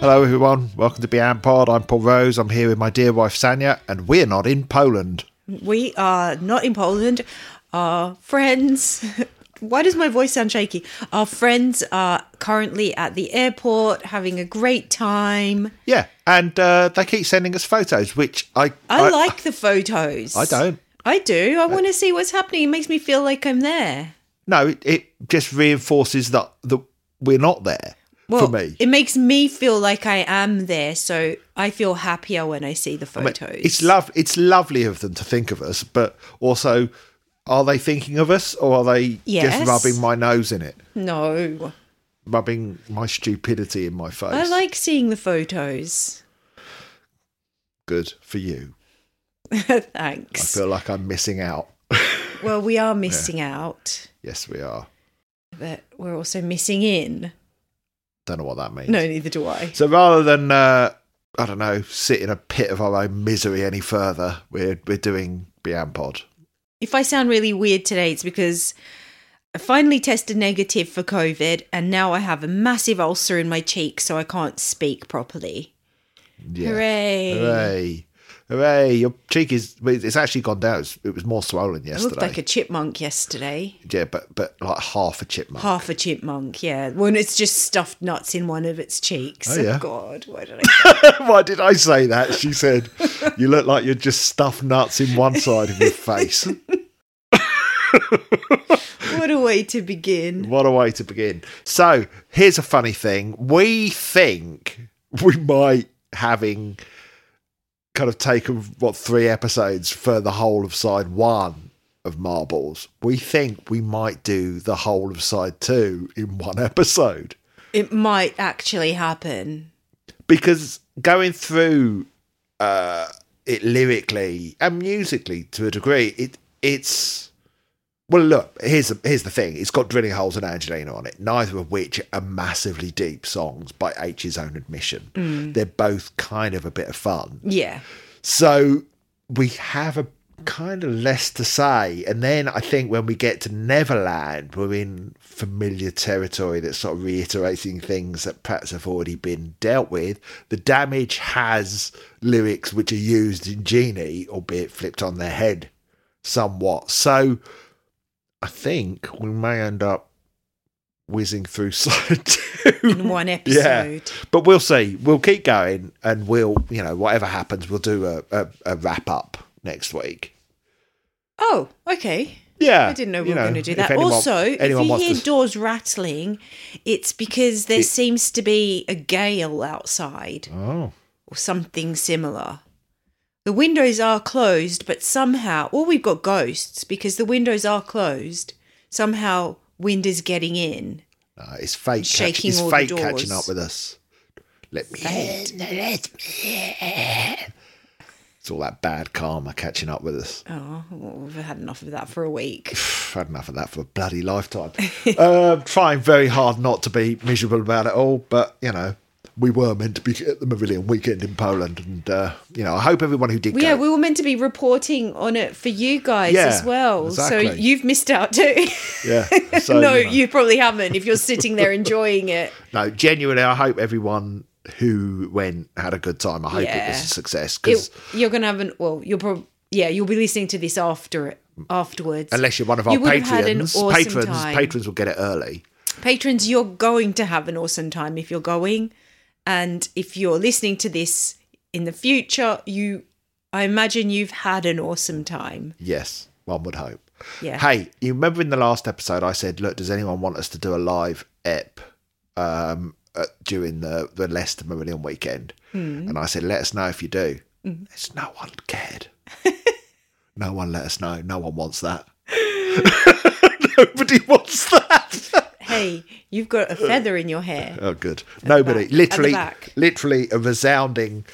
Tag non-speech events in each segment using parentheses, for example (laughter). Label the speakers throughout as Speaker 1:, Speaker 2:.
Speaker 1: Hello, everyone. Welcome to Beyond Pod. I'm Paul Rose. I'm here with my dear wife, Sanya, and we're not in Poland.
Speaker 2: We are not in Poland. Our friends. (laughs) Why does my voice sound shaky? Our friends are currently at the airport having a great time.
Speaker 1: Yeah, and uh, they keep sending us photos, which I
Speaker 2: I, like the photos.
Speaker 1: I don't. Uh,
Speaker 2: I do. I want to see what's happening. It makes me feel like I'm there.
Speaker 1: No, it, it just reinforces that that we're not there.
Speaker 2: Well,
Speaker 1: for me,
Speaker 2: it makes me feel like I am there, so I feel happier when I see the photos.
Speaker 1: It's love. It's lovely of them to think of us, but also, are they thinking of us, or are they
Speaker 2: Yes.
Speaker 1: just rubbing my nose in it,
Speaker 2: no.
Speaker 1: rubbing my stupidity in my face?
Speaker 2: I like seeing the photos. (laughs)
Speaker 1: Good for you. I
Speaker 2: Thanks.
Speaker 1: feel like I'm missing out.
Speaker 2: Well, we are missing out,
Speaker 1: Yes, we are.
Speaker 2: but we're also missing in.
Speaker 1: Don't know what that means.
Speaker 2: No, neither do I.
Speaker 1: So rather than uh, I don't know, sit in a pit of our own misery any further, we're we're doing Beyond Pod.
Speaker 2: If I sound really weird today, it's because I finally tested negative for COVID and now I have a massive ulcer in my cheek, so I can't speak properly.
Speaker 1: Yeah. Uh,
Speaker 2: Hooray.
Speaker 1: Hooray! Hooray! Your cheek is—it's actually gone down. It's, it was more swollen
Speaker 2: I
Speaker 1: yesterday.
Speaker 2: looked like a chipmunk yesterday.
Speaker 1: yeah, but but like half a chipmunk.
Speaker 2: Half a chipmunk, yeah. When it's just stuffed nuts in one of its cheeks.
Speaker 1: Oh,
Speaker 2: Oh,
Speaker 1: yeah.
Speaker 2: God, why did I
Speaker 1: (laughs) Why did I say that? She said, "You look like you're just stuffed nuts in one side of your face."
Speaker 2: What a way to begin.
Speaker 1: What a way to begin. So here's a funny thing. We think we might having kind of taken what three episodes for the whole of side one of Marbles. We think we might do the whole of side two in one (laughs) episode.
Speaker 2: It might actually happen.
Speaker 1: Because going through uh it lyrically and musically to a degree, it it's well, look. Here's the, here's the thing. It's got drilling holes and Angelina on it. Neither of which are massively deep songs by H's own admission. They're both kind of a bit of fun.
Speaker 2: Yeah.
Speaker 1: So we have a kind of less to say. And then I think when we get to Neverland, we're in familiar territory that's sort of reiterating things that perhaps have already been dealt with. The damage has lyrics which are used in Genie, albeit flipped on their head somewhat. So I think we may end up whizzing through (laughs) side two. (laughs)
Speaker 2: In one episode.
Speaker 1: But we'll see. We'll keep going and we'll, you know, whatever happens, we'll do a, a, a wrap up next week.
Speaker 2: Oh, okay.
Speaker 1: Yeah.
Speaker 2: I didn't know
Speaker 1: Ah,
Speaker 2: we
Speaker 1: you
Speaker 2: were going to do
Speaker 1: if
Speaker 2: that.
Speaker 1: anyone-
Speaker 2: also, if
Speaker 1: anyone
Speaker 2: you
Speaker 1: wants
Speaker 2: hear
Speaker 1: to-
Speaker 2: doors rattling, it's because there
Speaker 1: It-
Speaker 2: seems to be a gale outside
Speaker 1: Oh.
Speaker 2: or something similar. The windows are closed, but somehow, or we've got ghosts because the windows are closed. Somehow, wind is getting in.
Speaker 1: No, it's fate, catch,
Speaker 2: Shaking
Speaker 1: it's
Speaker 2: all the
Speaker 1: fate catching
Speaker 2: doors.
Speaker 1: up with us. Let me
Speaker 2: Fate.
Speaker 1: in. Let me in. It's all that bad karma catching up with us.
Speaker 2: Oh, we've had enough of that for a week.
Speaker 1: I've had enough of that for a bloody lifetime. (laughs) uh, trying very hard not to be miserable about it all, but, you know. We were meant to be at the Marillion weekend in Poland, and uh, you know I hope everyone who did
Speaker 2: Well,
Speaker 1: go
Speaker 2: yeah, we were meant to be reporting on it for you guys
Speaker 1: Yeah,
Speaker 2: as well. So
Speaker 1: exactly.
Speaker 2: you've missed out too.
Speaker 1: Yeah.
Speaker 2: (laughs)
Speaker 1: So,
Speaker 2: no,
Speaker 1: you know.
Speaker 2: you probably haven't if you're sitting there enjoying it.
Speaker 1: No, genuinely, I hope everyone who went had a good time. I hope it
Speaker 2: Yeah.
Speaker 1: was a success because
Speaker 2: it, you're gonna have an well you'll probably yeah you'll be listening to this after it afterwards
Speaker 1: unless you're one of our
Speaker 2: You would have had an
Speaker 1: patrons,
Speaker 2: awesome
Speaker 1: patrons,
Speaker 2: time.
Speaker 1: patrons will get it early.
Speaker 2: patrons you're going to have an awesome time if you're going and if you're listening to this in the future you i imagine you've had an awesome time
Speaker 1: Yes, one would hope.
Speaker 2: yeah
Speaker 1: Hey, you remember in the last episode I said, look, does anyone want us to do a live ep um, at, during the the Leicester Meridian weekend?
Speaker 2: Hmm.
Speaker 1: And I said, let us know if you do. There's no one cared. no one let us know. No one wants
Speaker 2: (laughs)
Speaker 1: that. Nobody wants that. (laughs)
Speaker 2: hey you've got a feather in your hair
Speaker 1: Oh, good. Nobody,
Speaker 2: back. At the
Speaker 1: literally,
Speaker 2: back.
Speaker 1: literally a resounding.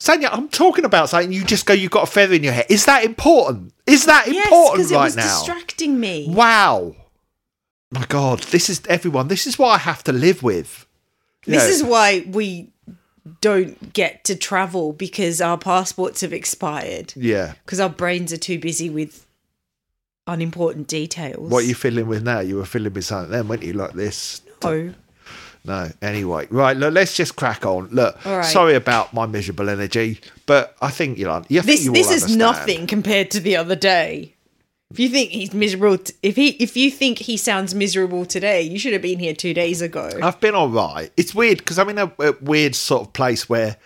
Speaker 1: Sanya, I'm talking about something. You just go. You've got a feather in your hair. Is that important? Is that
Speaker 2: yes
Speaker 1: important
Speaker 2: because it
Speaker 1: right
Speaker 2: was
Speaker 1: now?
Speaker 2: distracting me
Speaker 1: wow. My God, this is everyone. This is what I have to live with. You
Speaker 2: this
Speaker 1: know,
Speaker 2: is why we don't get to travel because our passports have expired
Speaker 1: yeah.
Speaker 2: because our brains are too busy with unimportant details.
Speaker 1: What are you fiddling with now? You were fiddling with something then, weren't you? Like this.
Speaker 2: Oh,
Speaker 1: No. Anyway, right. Look, let's just crack on. Look,
Speaker 2: All right.
Speaker 1: sorry about my miserable energy, but I think you'll. un- You I think
Speaker 2: This
Speaker 1: you all
Speaker 2: this is
Speaker 1: understand.
Speaker 2: nothing compared to the other day. If you think he's miserable, t- if he if you think he sounds miserable today, you should have been here two days ago.
Speaker 1: I've been all right. It's weird because I'm in a, a weird sort of place where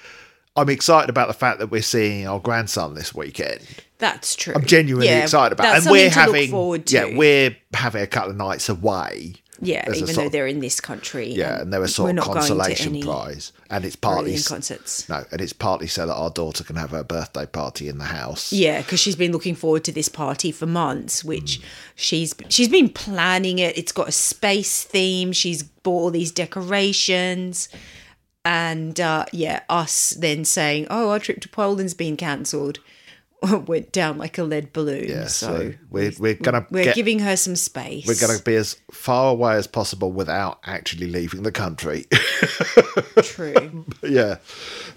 Speaker 1: I'm excited about the fact that we're seeing our grandson this weekend.
Speaker 2: That's true.
Speaker 1: I'm genuinely
Speaker 2: Yeah,
Speaker 1: excited about,
Speaker 2: that's
Speaker 1: and we're
Speaker 2: something to look
Speaker 1: having
Speaker 2: forward to.
Speaker 1: yeah, we're having a couple of nights away.
Speaker 2: yeah,
Speaker 1: as a
Speaker 2: even
Speaker 1: sort
Speaker 2: though
Speaker 1: of-
Speaker 2: they're in this country.
Speaker 1: yeah, and they're a
Speaker 2: we're
Speaker 1: sort of
Speaker 2: not going to
Speaker 1: consolation
Speaker 2: any
Speaker 1: prize, and it's
Speaker 2: Brilliant
Speaker 1: partly s-
Speaker 2: concerts.
Speaker 1: no, and it's partly so that our daughter can have her birthday party in the house.
Speaker 2: Yeah, because she's been looking forward to this party for months,
Speaker 1: Mm.
Speaker 2: which she's she's been planning it. It's got a space theme. She's bought all these decorations, and uh, yeah, us then saying, "Oh, our trip to Poland's been cancelled." (laughs) Went down like a lead balloon.
Speaker 1: Yeah,
Speaker 2: so,
Speaker 1: so we're we're gonna
Speaker 2: we're
Speaker 1: get,
Speaker 2: giving her some space.
Speaker 1: we're
Speaker 2: (laughs)
Speaker 1: gonna be as far away as possible without actually leaving the country. (laughs)
Speaker 2: true.
Speaker 1: yeah.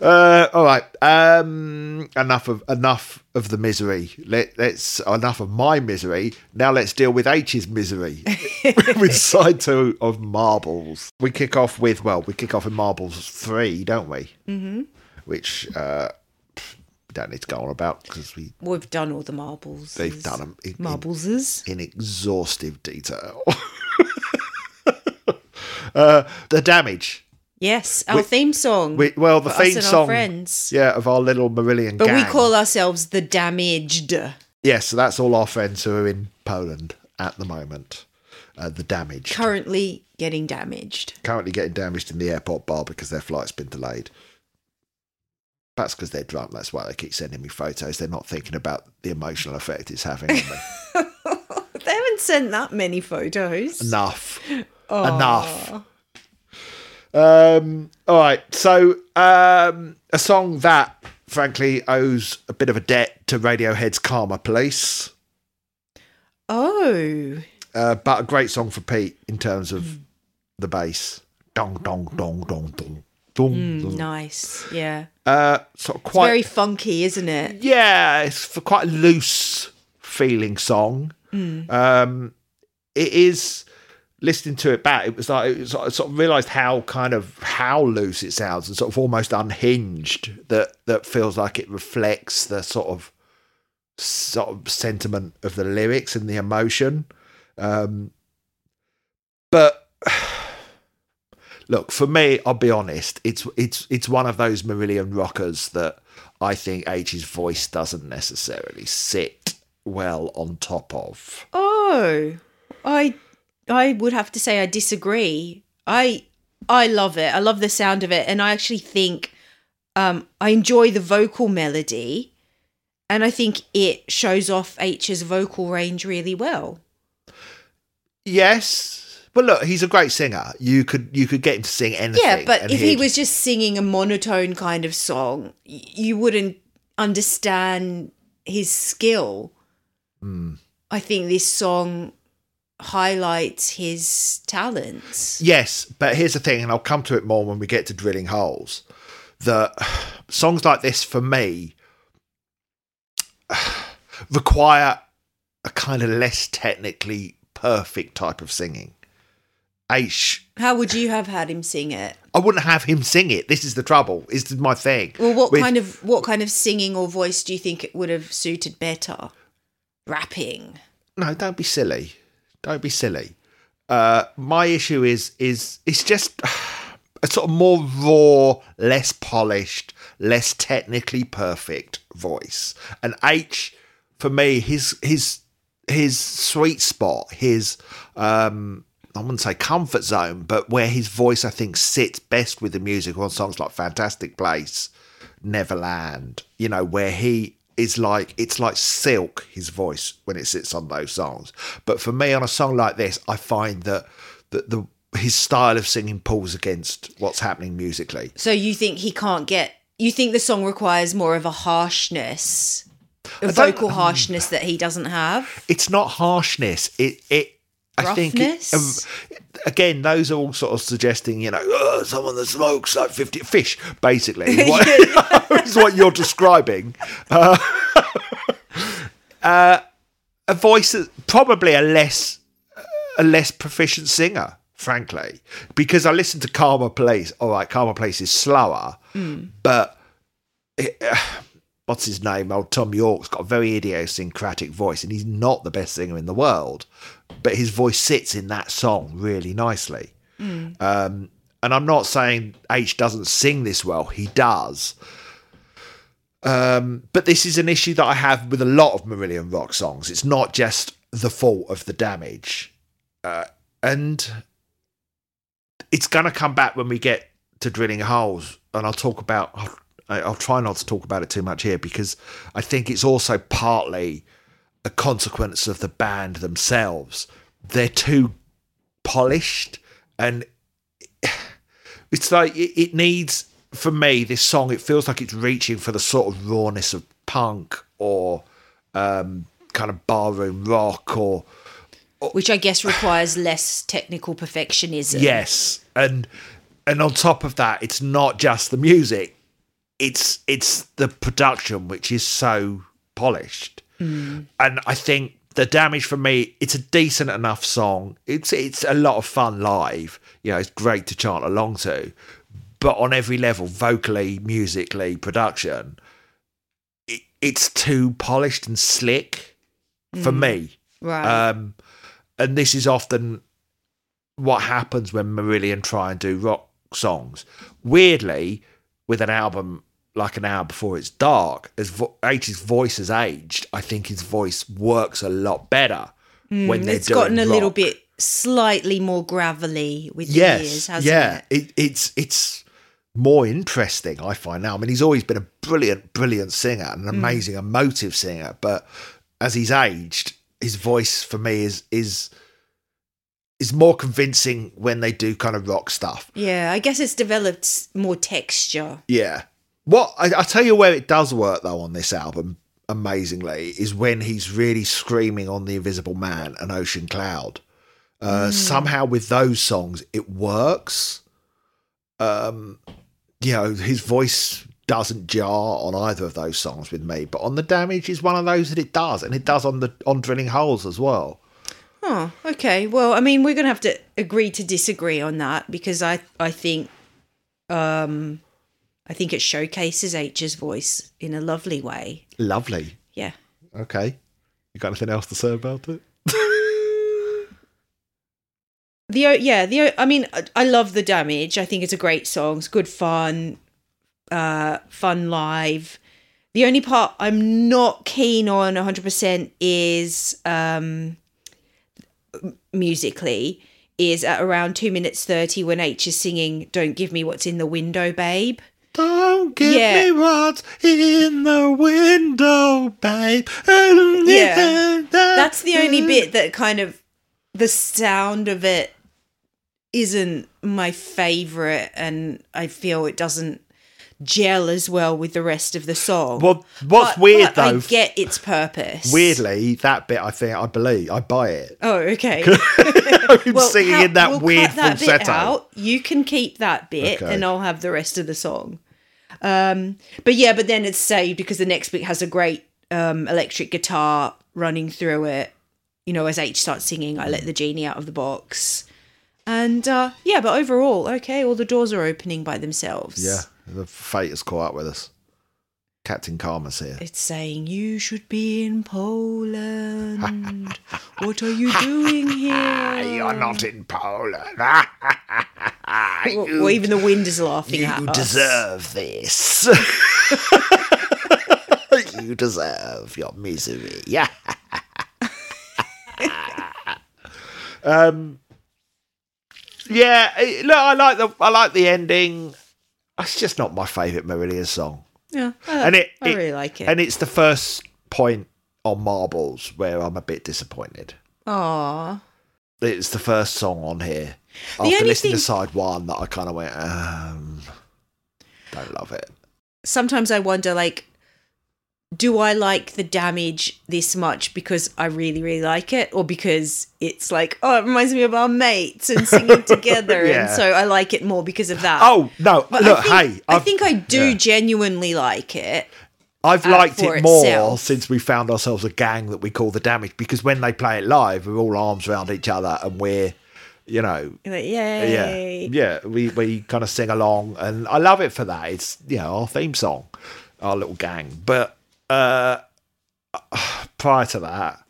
Speaker 1: Uh, all right. Um, enough of enough of the misery. Let let's enough of my misery. Now let's deal with H's
Speaker 2: (laughs)
Speaker 1: misery with side two of marbles. We kick off with well, we kick off in marbles three, don't we? Mm-hmm. Which uh, pff, don't need to go on about because we
Speaker 2: We've done all the marbles.
Speaker 1: they've done them in, in
Speaker 2: Marbles.
Speaker 1: in exhaustive detail. (laughs) uh, the damage.
Speaker 2: Yes, our theme song.
Speaker 1: We, well, the
Speaker 2: For us
Speaker 1: theme
Speaker 2: and our
Speaker 1: song,
Speaker 2: friends.
Speaker 1: yeah, of our little Marillion
Speaker 2: but
Speaker 1: gang.
Speaker 2: we call ourselves the damaged.
Speaker 1: yeah, so that's all our friends who are in Poland at the moment. Uh, the damage
Speaker 2: Currently getting damaged.
Speaker 1: currently getting damaged in the airport bar because their flight's been delayed. That's because they're drunk. That's why they keep sending me photos. They're not thinking about the emotional effect it's having on me.
Speaker 2: (laughs) They haven't sent that many photos.
Speaker 1: Enough. Enough. Um, all right. So, um, a song that, frankly, owes a bit of a debt to Radiohead's Karma Police,
Speaker 2: Oh,
Speaker 1: uh, but a great song for Pete in terms of the bass. Dong, dong, dong, dong, dong. Dong, dong.
Speaker 2: nice. Yeah.
Speaker 1: Uh, sort of quite.
Speaker 2: Mm. Very funky, isn't it?
Speaker 1: yeah, it's for quite a loose feeling song. Um, it is listening to it back. It was like it was, I sort of realised how kind of how loose it sounds and sort of almost unhinged. That that feels like it reflects the sort of sort of sentiment of the lyrics and the emotion. Um, but look, for me, I'll be honest. It's it's it's one of those Marillion rockers that I think H's voice doesn't necessarily sit well on top of.
Speaker 2: Oh, I, I would have to say I disagree. I, I love it. I love the sound of it, and I actually think, um, I enjoy the vocal melody, and I think it shows off H's vocal range really well.
Speaker 1: Yes, but look, he's a great singer. You could you could get him to sing anything.
Speaker 2: Yeah, but
Speaker 1: and
Speaker 2: if he
Speaker 1: he'd-
Speaker 2: was just singing a monotone kind of song, y- you wouldn't understand his skill.
Speaker 1: Hmm.
Speaker 2: I think this song highlights his talents.
Speaker 1: Yes, but here's the thing, and I'll come to it more when we get to drilling holes. That (sighs) songs like this for me (sighs) require a kind of less technically perfect type of singing. H,
Speaker 2: How would you have had him sing it?
Speaker 1: I wouldn't have him sing it. This is the trouble. Is my thing.
Speaker 2: Well, what
Speaker 1: With-
Speaker 2: kind of what kind of singing or voice do you think it would have suited better? Rapping.
Speaker 1: no, don't be silly. Don't be silly. Uh, my issue is is it's just (sighs) a sort of more raw, less polished, less technically perfect voice. And H, for me, his his his sweet spot, his um, I wouldn't say comfort zone, but where his voice I think sits best with the music on songs like Fantastic Place, Neverland, you know, where he is like it's like silk his voice when it sits on those songs. But for me on a song like this, I find that that the his style of singing pulls against what's happening musically.
Speaker 2: So you think he can't get? You think the song requires more of a harshness, a
Speaker 1: don't- um,
Speaker 2: vocal harshness that he doesn't have?
Speaker 1: It's not harshness. It it I think it- um,
Speaker 2: Roughness?
Speaker 1: again, those are all sort of suggesting, you know, oh, someone that smokes like 50 fish, basically, is what, (laughs) is what you're describing. Uh, (laughs) uh, a voice that probably a less, a less proficient singer frankly, because I listened to Karma Place. All right, Karma Place is slower, but it- what's his name? Old Tom York's got a very idiosyncratic voice, and he's not the best singer in the world, but his voice sits in that song really nicely. Um, and I'm not saying H doesn't sing this well; he does. Um, but this is an issue that I have with a lot of Marillion Rock songs. It's not just the fault of the damage. Uh, and it's going to come back when we get to drilling holes. And I'll talk about, I'll, I'll try not to talk about it too much here because I think it's also partly a consequence of the band themselves. They're too polished and it's like it, it needs for me this song it feels like it's reaching for the sort of rawness of punk or um kind of barroom rock or
Speaker 2: which I guess requires less technical perfectionism.
Speaker 1: yes and and on top of that it's not just the music it's it's the production which is so polished and i think the damage for me it's a decent enough song it's it's a lot of fun live you know it's great to chant along to but on every level vocally musically production it, it's too polished and slick for me
Speaker 2: Right.
Speaker 1: um, and this is often what happens when Marillion try and do rock songs. Weirdly, with an album like an hour before it's dark, as vo- H's voice has aged, I think his voice works a lot better when they're
Speaker 2: Hmm, it's gotten a
Speaker 1: doing
Speaker 2: little
Speaker 1: rock.
Speaker 2: bit slightly more gravelly with
Speaker 1: Yes,
Speaker 2: the years, hasn't
Speaker 1: yeah.
Speaker 2: it?
Speaker 1: It, it's it's more interesting, I find now. I mean, he's always been a brilliant, brilliant singer,
Speaker 2: Mm.
Speaker 1: an amazing, emotive singer, but as he's aged, his voice for me is is is more convincing when they do kind of rock stuff.
Speaker 2: Yeah, I guess it's developed s- more texture.
Speaker 1: Yeah. What I, I tell you where it does work though on this album amazingly is when he's really screaming on the Invisible Man and Ocean Cloud. Uh, Somehow with those songs it works. Um, you know his voice doesn't jar on either of those songs with me, but on the Damage is one of those that it does, and it does on the on Drilling Holes as well.
Speaker 2: Oh, okay. Well, I mean, we're going to have to agree to disagree on that because I I think um I think it showcases H's voice in a lovely way.
Speaker 1: Lovely.
Speaker 2: Yeah.
Speaker 1: Okay. You got anything else to say about it?
Speaker 2: The o- yeah, the o- I mean, I- I love the damage. I think it's a great song. It's good fun, uh, fun live. The only part I'm not keen on 100% is um, m- musically is at around two minutes thirty when H is singing "Don't give me what's in the window, babe."
Speaker 1: Don't give
Speaker 2: Yeah.
Speaker 1: me what's in the window, babe.
Speaker 2: Yeah. That's the
Speaker 1: (laughs)
Speaker 2: only bit that kind of the sound of it isn't my favorite, and I feel it doesn't gel as well with the rest of the song.
Speaker 1: Well, what's
Speaker 2: But-
Speaker 1: weird
Speaker 2: but
Speaker 1: though,
Speaker 2: I get its purpose.
Speaker 1: weirdly, that bit I think I believe I buy it. (laughs)
Speaker 2: Oh, okay.
Speaker 1: Him
Speaker 2: Well,
Speaker 1: singing
Speaker 2: how-
Speaker 1: in that
Speaker 2: we'll
Speaker 1: weird
Speaker 2: cut that bit
Speaker 1: falsetto.
Speaker 2: out. You can keep that bit,
Speaker 1: Okay.
Speaker 2: and I'll have the rest of the song. Um, but yeah, but then it's saved because the next bit has a great um, electric guitar running through it. You know, as H starts singing, I let the genie out of the box, and uh, yeah. But overall, okay, all the doors are opening by themselves.
Speaker 1: Yeah, the fate has caught up with us. Captain Karma's here.
Speaker 2: It's saying you should be in Poland. what are you
Speaker 1: (laughs)
Speaker 2: doing here?
Speaker 1: You're not in Poland.
Speaker 2: Or, or even the wind is laughing at
Speaker 1: you
Speaker 2: us.
Speaker 1: deserve this. (laughs) you deserve your misery. (laughs) Yeah. um. Yeah. eh, Look, I like the I like the ending. It's just not my favourite Marillion song,
Speaker 2: Yeah, I-
Speaker 1: and it,
Speaker 2: I
Speaker 1: it-
Speaker 2: really like it.
Speaker 1: And it's the first point on Marbles where I'm a bit disappointed.
Speaker 2: Aww.
Speaker 1: It's the first song on here after
Speaker 2: only
Speaker 1: listening to
Speaker 2: thing-
Speaker 1: side one that I kind of went, um, don't love it.
Speaker 2: Sometimes I wonder, like, do I like the damage this much because I really, really like it, or because it's like, oh, it reminds me of our mates
Speaker 1: (laughs)
Speaker 2: and singing together, and
Speaker 1: Yeah.
Speaker 2: so I like it more because of that.
Speaker 1: Oh no!
Speaker 2: But
Speaker 1: look,
Speaker 2: I think,
Speaker 1: hey,
Speaker 2: I
Speaker 1: I've,
Speaker 2: think I do
Speaker 1: yeah.
Speaker 2: genuinely like it.
Speaker 1: I've
Speaker 2: uh,
Speaker 1: liked
Speaker 2: for
Speaker 1: it more
Speaker 2: itself.
Speaker 1: since we found ourselves a gang that we call the Damage because when they play it live, we're all arms around each other and we're you know,
Speaker 2: Like,
Speaker 1: yeah,
Speaker 2: yay.
Speaker 1: yeah. We we kind of sing along, and I love it for that. It's you know our theme song, our little gang. But uh, (sighs) prior to that,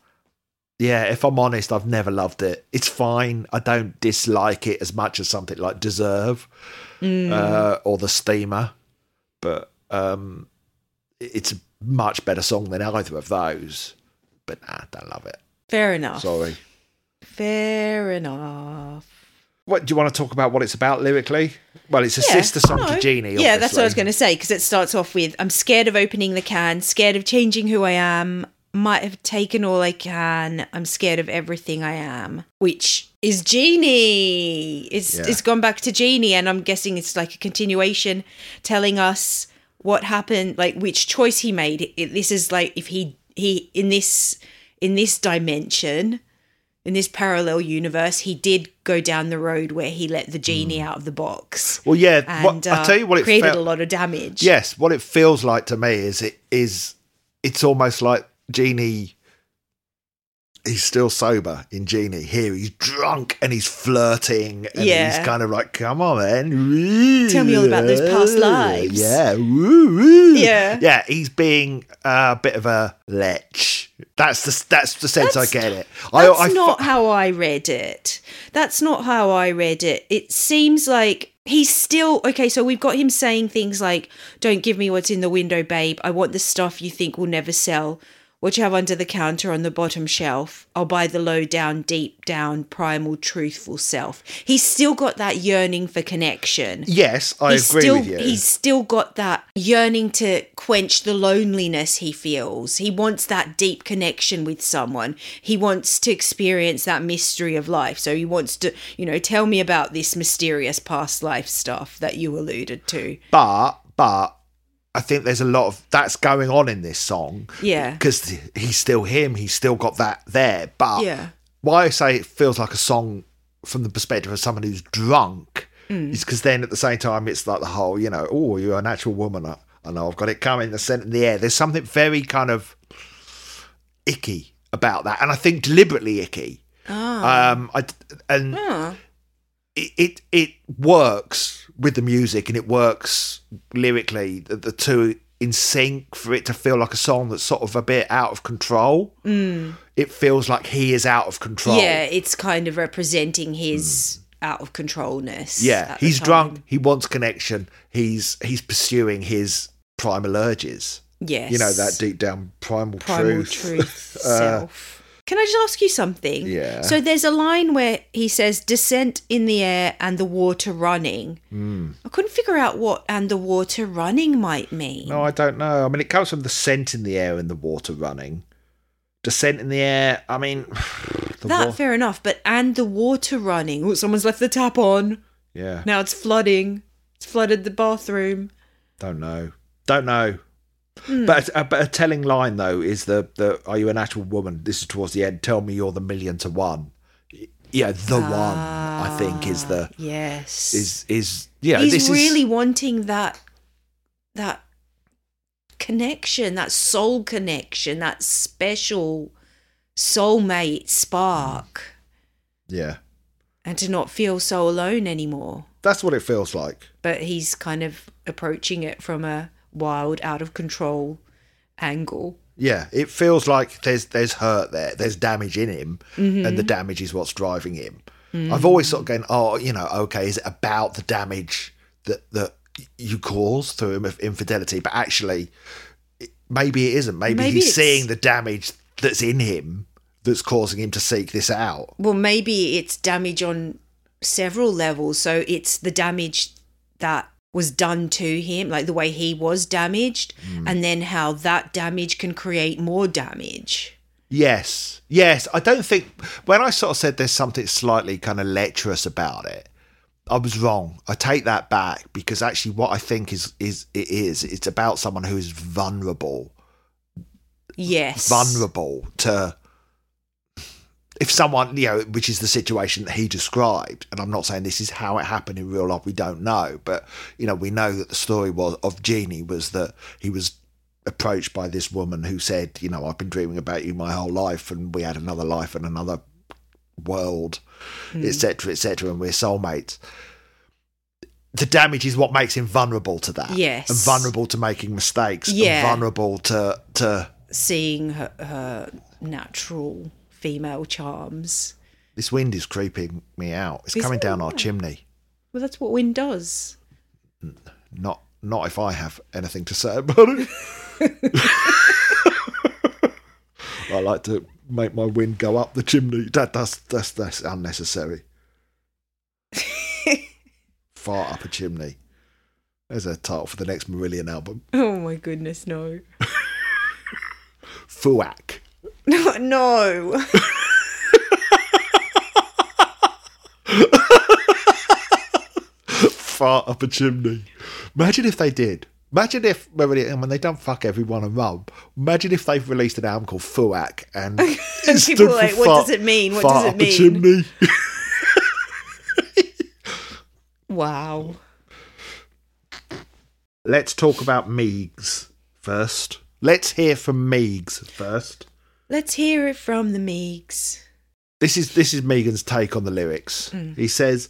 Speaker 1: yeah, if I'm honest, I've never loved it. It's fine. I don't dislike it as much as something like Deserve uh, or The Steamer, but um, it- it's a much better song than either of those. But nah, don't love it.
Speaker 2: Fair enough.
Speaker 1: Sorry.
Speaker 2: Fair enough.
Speaker 1: What do you want to talk about? What it's about lyrically? Well, it's a
Speaker 2: Yeah,
Speaker 1: sister song
Speaker 2: no.
Speaker 1: to Genie.
Speaker 2: Yeah, that's what I was
Speaker 1: obviously.
Speaker 2: going to say because it starts off with I'm scared of opening the can, scared of changing who I am, might have taken all I can, I'm scared of everything I am, which is Genie. It's
Speaker 1: Yeah.
Speaker 2: it's gone back to Genie and I'm guessing it's like a continuation telling us what happened, like which choice he made. It, this is like if he he in this in this dimension in this parallel universe, he did go down the road where he let the genie
Speaker 1: Hmm.
Speaker 2: out of the box
Speaker 1: Well, yeah.
Speaker 2: and
Speaker 1: what,
Speaker 2: uh,
Speaker 1: I tell you what, it
Speaker 2: created
Speaker 1: felt-
Speaker 2: a lot of damage.
Speaker 1: Yes, what it feels like to me is it is it's almost like Genie he's still sober in Genie. Here he's drunk and he's flirting and
Speaker 2: Yeah.
Speaker 1: he's kind of like, come on then.
Speaker 2: Tell me all about those past lives."
Speaker 1: Yeah. Woo, woo.
Speaker 2: Yeah.
Speaker 1: Yeah, he's being a bit of a lech. That's the that's the sense I get it. I,
Speaker 2: That's
Speaker 1: I fu-
Speaker 2: not how I read it. That's not how I read it. It seems like he's still okay. So we've got him saying things like, "Don't give me what's in the window, babe. I want the stuff you think will never sell. What you have under the counter on the bottom shelf. I'll buy the low down, deep down, primal, truthful self." He's still got that yearning for connection.
Speaker 1: yes, I
Speaker 2: he's
Speaker 1: agree
Speaker 2: still,
Speaker 1: with you.
Speaker 2: He's still got that yearning to quench the loneliness he feels. He wants that deep connection with someone. He wants to experience that mystery of life. So he wants to, you know, tell me about this mysterious past life stuff that you alluded to.
Speaker 1: but but I think there's a lot of that's going on in this song.
Speaker 2: Yeah.
Speaker 1: because he's still him. He's still got that there. But
Speaker 2: Yeah.
Speaker 1: why I say it feels like a song from the perspective of someone who's drunk
Speaker 2: Mm.
Speaker 1: is because then at the same time it's like the whole you know oh you're an actual woman. I, I know I've got it coming. The scent in the air. There's something very kind of icky about that, and I think deliberately icky.
Speaker 2: Ah.
Speaker 1: Um, I and it, it it works with the music and it works lyrically the, the two in sync for it to feel like a song that's sort of a bit out of control it feels like he is out of control
Speaker 2: Mm. Yeah, it's kind of representing his out of controlness.
Speaker 1: yeah
Speaker 2: at the
Speaker 1: he's
Speaker 2: time.
Speaker 1: drunk he wants connection he's he's pursuing his primal urges
Speaker 2: Yes.
Speaker 1: you know that deep down primal,
Speaker 2: primal
Speaker 1: truth, Uh,
Speaker 2: truth, self. Can I just ask you something?
Speaker 1: Yeah.
Speaker 2: So there's a line where he says, "Descent in the air and the water running."
Speaker 1: Hmm.
Speaker 2: I couldn't figure out what "and the water running" might mean.
Speaker 1: (laughs) no i don't know i mean it comes from the scent in the air and the water running descent in the air i mean (sighs) the
Speaker 2: that
Speaker 1: wa-
Speaker 2: fair enough, but "and the water running." Oh, someone's left the tap on.
Speaker 1: yeah
Speaker 2: Now it's flooding. It's flooded the bathroom.
Speaker 1: Don't know. Don't know.
Speaker 2: Hmm.
Speaker 1: But a, but a telling line though is the the are you an actual woman? This is towards the end. Tell me you're the million to one. Y- Yeah, the one I think is the
Speaker 2: Ah, Yes.
Speaker 1: is is yeah.
Speaker 2: He's
Speaker 1: this
Speaker 2: really
Speaker 1: is
Speaker 2: wanting that that connection, that soul connection, that special soulmate spark,
Speaker 1: yeah.
Speaker 2: and to not feel so alone anymore.
Speaker 1: That's what it feels like.
Speaker 2: But he's kind of approaching it from a wild, out of control angle.
Speaker 1: Yeah, it feels like there's there's hurt there. There's damage in him, and the damage is what's driving him. I've always sort of going, oh, you know, okay, is it about the damage that that you cause through inf- infidelity? But actually, it- maybe it isn't. Maybe,
Speaker 2: Maybe
Speaker 1: he's
Speaker 2: it's-
Speaker 1: seeing the damage that's in him that's causing him to seek this out.
Speaker 2: Well, maybe it's damage on several levels. So it's the damage that was done to him, like the way he was damaged, and then how that damage can create more damage.
Speaker 1: Yes, yes. I don't think when I sort of said there's something slightly kind of lecherous about it, I was wrong. I take that back because actually, what I think is is it is it's about someone who is vulnerable,
Speaker 2: Yes.
Speaker 1: vulnerable to if someone you know, which is the situation that he described. And I'm not saying this is how it happened in real life. We don't know, but you know, we know that the story was of Genie was that he was approached by this woman who said, you know, I've been dreaming about you my whole life, and we had another life and another world,
Speaker 2: Hmm.
Speaker 1: etc., etc., and we're soulmates. The damage is what makes him vulnerable to that.
Speaker 2: Yes.
Speaker 1: And vulnerable to making mistakes. and
Speaker 2: Yeah.
Speaker 1: vulnerable to to
Speaker 2: seeing her, her natural female charms.
Speaker 1: this wind is creeping me out. It's
Speaker 2: Is
Speaker 1: coming
Speaker 2: it?
Speaker 1: down our chimney.
Speaker 2: Well, that's what wind does.
Speaker 1: Not not if I have anything to say about it.
Speaker 2: (laughs)
Speaker 1: I like to make my wind go up the chimney. That that's that's that's
Speaker 2: (laughs)
Speaker 1: unnecessary. Fart up a chimney. There's a title for the next Marillion album.
Speaker 2: Oh my goodness, no. (laughs)
Speaker 1: Fuak.
Speaker 2: No, no.
Speaker 1: Fart up a chimney. Imagine if they did. Imagine if Marillion, and when they don't fuck everyone and rum, imagine if they've released an album called Fuak
Speaker 2: (laughs)
Speaker 1: (laughs) and, it stood
Speaker 2: people are
Speaker 1: for
Speaker 2: like, "What does it mean? What
Speaker 1: fart
Speaker 2: does it
Speaker 1: up
Speaker 2: mean?"
Speaker 1: A chimney. (laughs)
Speaker 2: Wow.
Speaker 1: Let's talk about Meegs first. Let's hear from Meegs first.
Speaker 2: Let's hear it from the Meegs.
Speaker 1: This is this is Megan's take on the lyrics.
Speaker 2: Hmm.
Speaker 1: He says,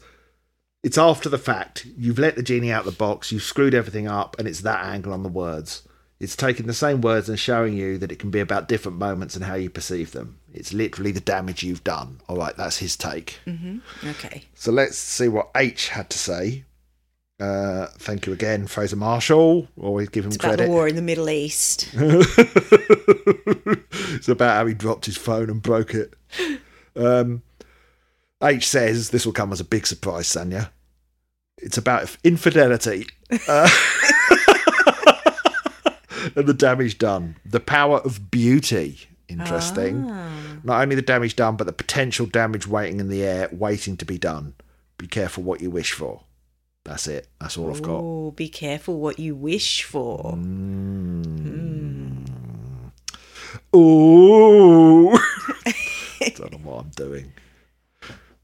Speaker 1: "It's after the fact. You've let the genie out of the box. You've screwed everything up, and it's that angle on the words. It's taking the same words and showing you that it can be about different moments and how you perceive them. It's literally the damage you've done. All right, that's his take.
Speaker 2: Hmm. Okay.
Speaker 1: So let's see what H had to say. Uh, thank you again, Fraser Marshall. Always give him
Speaker 2: It's about
Speaker 1: credit.
Speaker 2: the war in the Middle East.
Speaker 1: it's about how he dropped his phone and broke it. Um, H says this will come as a big surprise, Sanya. It's about infidelity uh, (laughs) and the damage done. The power of beauty. Interesting. Not only the damage done, but the potential damage waiting in the air, waiting to be done. Be careful what you wish for. That's it. That's all I've got.
Speaker 2: Oh, be careful what you wish for. (laughs)
Speaker 1: Ooh. Don't know what I'm doing.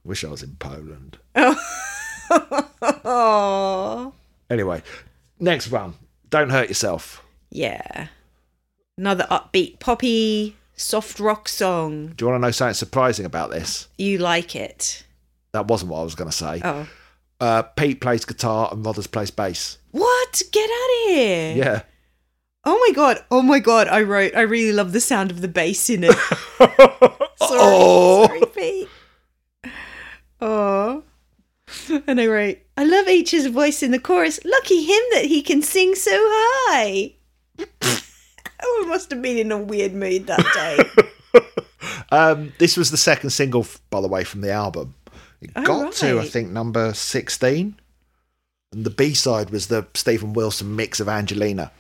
Speaker 1: Wish I was in Poland.
Speaker 2: Oh,
Speaker 1: Anyway, next one. Don't hurt yourself.
Speaker 2: yeah. Another upbeat poppy soft rock song.
Speaker 1: Do you want to know something surprising about this?
Speaker 2: You like it?
Speaker 1: That wasn't what I was going to say.
Speaker 2: Oh,
Speaker 1: Uh, Pete plays guitar and Rothers plays bass.
Speaker 2: what? Get out of here!
Speaker 1: Yeah.
Speaker 2: Oh my god! Oh my god! I wrote. I really love the sound of the bass in it. sorry,
Speaker 1: Oh.
Speaker 2: sorry, Pete. Oh. And I wrote, I love H's voice in the chorus. Lucky him that he can sing so high. (laughs) oh, I must have been in a weird mood that day.
Speaker 1: Um, this was the second single, f- by the way, from the album. It
Speaker 2: Oh,
Speaker 1: got to, I
Speaker 2: right.
Speaker 1: think, number 16. And the B side was the Stephen Wilson mix of Angelina.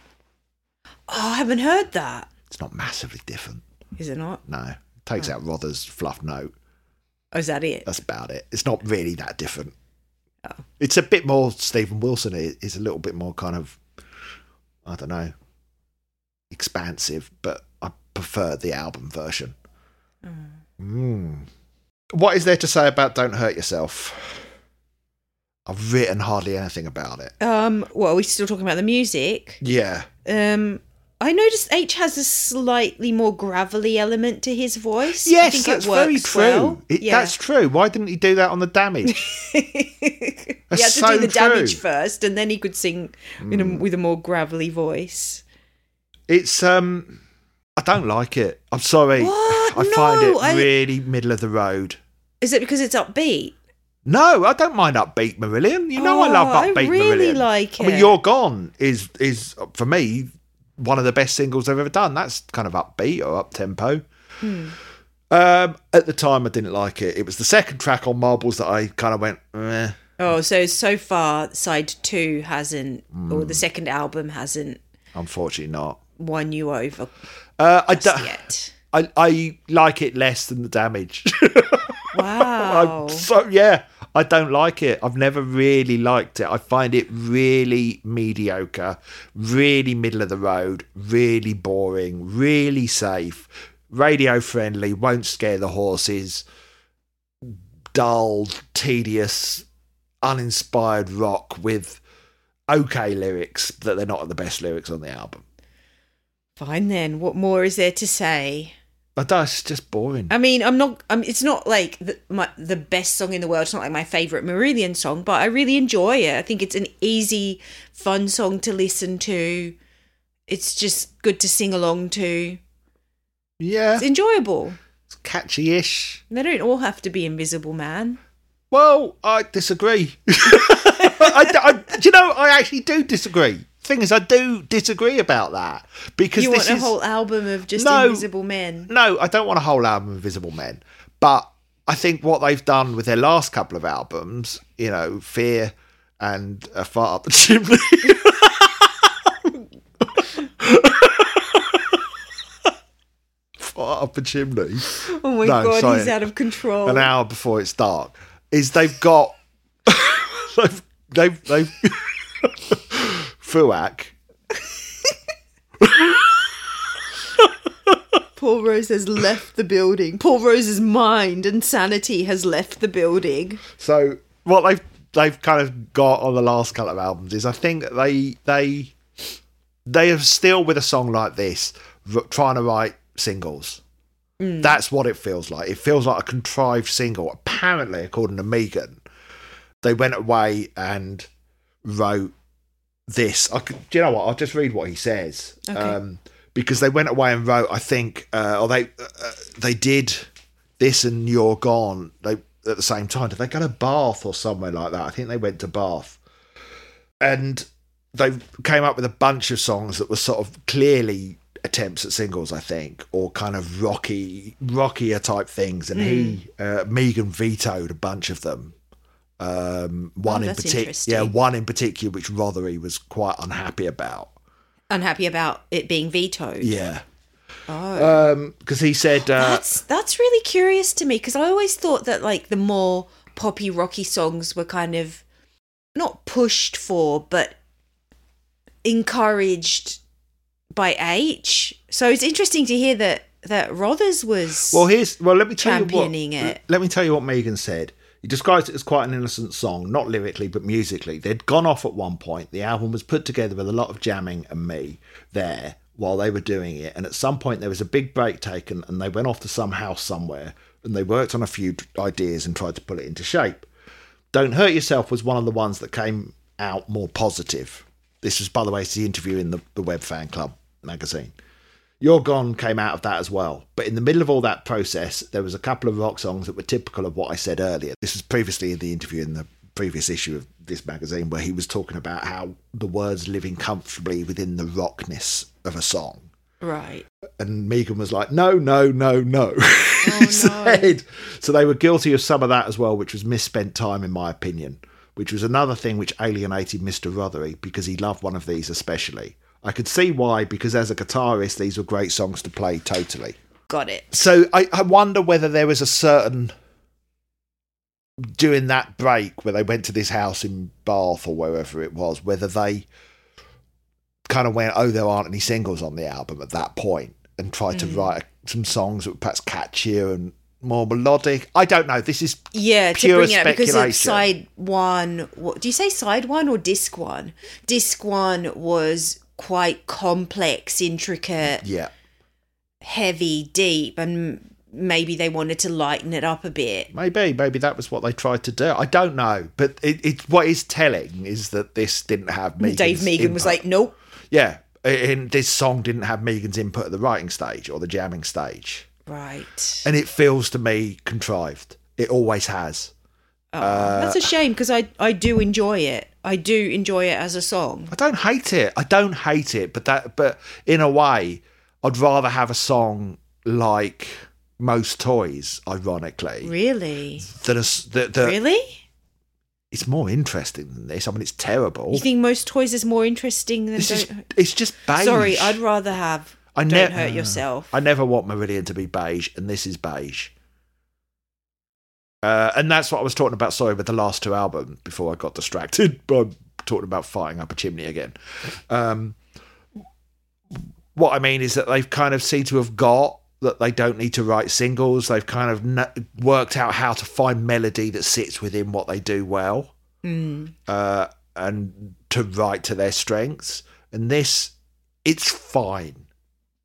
Speaker 2: oh, I haven't heard that.
Speaker 1: It's not massively different.
Speaker 2: Is it not?
Speaker 1: No. Takes out Rothers' fluff note.
Speaker 2: Oh, is that it?
Speaker 1: That's about it. It's not really that different.
Speaker 2: Oh.
Speaker 1: It's a bit more Stephen Wilson. It- It's a little bit more kind of, I don't know, expansive, but I prefer the album version. Mm. What is there to say about Don't Hurt Yourself? I've written hardly anything about it.
Speaker 2: Um, well, we're still talking about the music.
Speaker 1: Yeah.
Speaker 2: Um, I noticed H has a slightly more gravelly element to his voice. I
Speaker 1: Yes,
Speaker 2: think
Speaker 1: that's
Speaker 2: it works
Speaker 1: very true.
Speaker 2: Well.
Speaker 1: It- That's true. Why didn't he do that on the damage?
Speaker 2: he had
Speaker 1: That's
Speaker 2: to
Speaker 1: so
Speaker 2: do the
Speaker 1: true.
Speaker 2: damage
Speaker 1: Mm.
Speaker 2: first, and then he could sing in a, with a more gravelly voice.
Speaker 1: It's um, I don't like it. I'm sorry.
Speaker 2: What?
Speaker 1: I find
Speaker 2: No,
Speaker 1: it
Speaker 2: I-
Speaker 1: really middle of the road.
Speaker 2: Is it because it's upbeat?
Speaker 1: No, I don't mind upbeat Marillion. You know I love
Speaker 2: Oh, I
Speaker 1: upbeat
Speaker 2: really
Speaker 1: Marillion.
Speaker 2: like
Speaker 1: I mean,
Speaker 2: it.
Speaker 1: You're Gone is is for me one of the best singles I've ever done. That's kind of upbeat or up tempo.
Speaker 2: Hmm.
Speaker 1: Um, at the time, I didn't like it. It was the second track on Marbles that I kind of went. Eh.
Speaker 2: Oh, so so far, side two hasn't, or
Speaker 1: Mm.
Speaker 2: the second album hasn't
Speaker 1: Unfortunately, not.
Speaker 2: won you
Speaker 1: (laughs)
Speaker 2: over
Speaker 1: Uh, I, do,
Speaker 2: yet.
Speaker 1: I I like it less than the damage. (laughs)
Speaker 2: Wow.
Speaker 1: so yeah, I don't like it. I've never really liked it. I find it really mediocre, really middle of the road, really boring, really safe, radio friendly, won't scare the horses, dull, tedious, uninspired rock with okay lyrics that they're not the best lyrics on the album.
Speaker 2: Fine then. What more is there to say?
Speaker 1: But that's just boring.
Speaker 2: I mean, I'm not. Um, it's not like the, my, the best song in the world. It's not like my favorite Marillion song, but I really enjoy it. I think it's an easy, fun song to listen to. It's just good to sing along to.
Speaker 1: yeah,
Speaker 2: It's enjoyable.
Speaker 1: it's catchy-ish.
Speaker 2: They don't all have to be Invisible Man.
Speaker 1: Well, I disagree. (laughs) I, I- do you know, I actually do disagree. Thing is, I do disagree about that because
Speaker 2: You
Speaker 1: this
Speaker 2: want a
Speaker 1: is
Speaker 2: whole album of just
Speaker 1: No.
Speaker 2: Invisible Men.
Speaker 1: no. I don't want a whole album of Invisible Men, but I think what they've done with their last couple of albums, you know, Fear and A Fart Up the Chimney. (laughs) Fart up a chimney.
Speaker 2: (laughs) Oh my
Speaker 1: No,
Speaker 2: god,
Speaker 1: sorry.
Speaker 2: he's out of control.
Speaker 1: an hour before it's dark is they've got (laughs) they've they've, they've (laughs) Fuak.
Speaker 2: Paul Rose has left the building. Paul Rose's mind and sanity has left the building.
Speaker 1: So what they've they've kind of got on the last couple of albums is I think they they they are still with a song like this r- trying to write singles. That's what it feels like. It feels like a contrived single. Apparently, according to Megan, they went away and wrote this. I could, do you know what? I'll just read what he says.
Speaker 2: Okay.
Speaker 1: Um, because they went away and wrote, I think, uh, or they uh, they did this and You're Gone. They at the same time. Did they go to Bath or somewhere like that? I think they went to Bath, and they came up with a bunch of songs that were sort of clearly attempts at singles, I think, or kind of rocky, rockier type things. And he,
Speaker 2: Hmm.
Speaker 1: uh, Megan, vetoed a bunch of them. Um, one in
Speaker 2: Oh, that's
Speaker 1: particular,
Speaker 2: interesting.
Speaker 1: yeah, one in particular, which Rothery was quite unhappy about.
Speaker 2: Unhappy about it being vetoed.
Speaker 1: Yeah,
Speaker 2: Oh.
Speaker 1: because he said, uh,
Speaker 2: That's that's really curious to me because I always thought that like the more poppy rocky songs were kind of not pushed for but encouraged by H. So it's interesting to hear that that Rothers was
Speaker 1: Well, here's well. Let me tell
Speaker 2: championing
Speaker 1: you what.
Speaker 2: it.
Speaker 1: Let me tell you what Megan said. He describes it as quite an innocent song, not lyrically but musically. They'd gone off at one point. The album was put together with a lot of jamming and me there while they were doing it. And at some point, there was a big break taken, and they went off to some house somewhere and they worked on a few d- ideas and tried to put it into shape. Don't Hurt Yourself was one of the ones that came out more positive. This was, by the way, it's the interview in the, the Web Fan Club magazine. You're Gone came out of that as well. But in the middle of all that process, there was a couple of rock songs that were typical of what I said earlier. This was previously in the interview in the previous issue of this magazine where he was talking about how the words living comfortably within the rockness of a song.
Speaker 2: right.
Speaker 1: And Megan was like, no, no, no, no. (laughs) he said. So they were guilty of some of that as well, which was misspent time, in my opinion, which was another thing which alienated Mr. Rothery because he loved one of these especially. I could see why, because as a guitarist, these were great songs to play totally.
Speaker 2: Got it.
Speaker 1: So I, I wonder whether there was a certain during that break where they went to this house in Bath or wherever it was, whether they kind of went, "Oh, there aren't any singles on the album at that point," and tried
Speaker 2: Hmm.
Speaker 1: to write some songs that were perhaps catchier and more melodic. I don't know. This is
Speaker 2: Yeah, to
Speaker 1: Pure
Speaker 2: bring it up because it's
Speaker 1: speculation.
Speaker 2: side one. What do you say, side one or disc one? Disc one was quite complex, intricate.
Speaker 1: yeah,
Speaker 2: heavy, deep, and maybe they wanted to lighten it up a bit.
Speaker 1: maybe maybe that was what they tried to do. I don't know, but it, it what is telling is that this didn't have Megan's
Speaker 2: Dave Megan was
Speaker 1: input.
Speaker 2: like, "Nope,
Speaker 1: Yeah, and this song didn't have Megan's input at the writing stage or the jamming stage,
Speaker 2: right."
Speaker 1: and it feels to me contrived. It always has.
Speaker 2: Oh,
Speaker 1: Uh,
Speaker 2: that's a shame because I I do enjoy it. I do enjoy it as a song.
Speaker 1: I don't hate it. I don't hate it, but that, but in a way, I'd rather have a song like most toys, ironically,
Speaker 2: Really,
Speaker 1: than a s- that that
Speaker 2: really.
Speaker 1: it's more interesting than this. I mean, it's terrible.
Speaker 2: You think most toys is more interesting than
Speaker 1: this is
Speaker 2: don't?
Speaker 1: it's just beige.
Speaker 2: Sorry, I'd rather have.
Speaker 1: I
Speaker 2: don't
Speaker 1: ne-
Speaker 2: hurt yourself.
Speaker 1: I never want Meridian to be beige, and this is beige. Uh, and that's what I was talking about. Sorry, with the last two albums before I got distracted (laughs) by talking about fighting up a chimney again. Um, what I mean is that they've kind of seem to have got that they don't need to write singles. They've kind of n- worked out how to find melody that sits within what they do well
Speaker 2: Mm.
Speaker 1: uh, and to write to their strengths. And this, it's fine,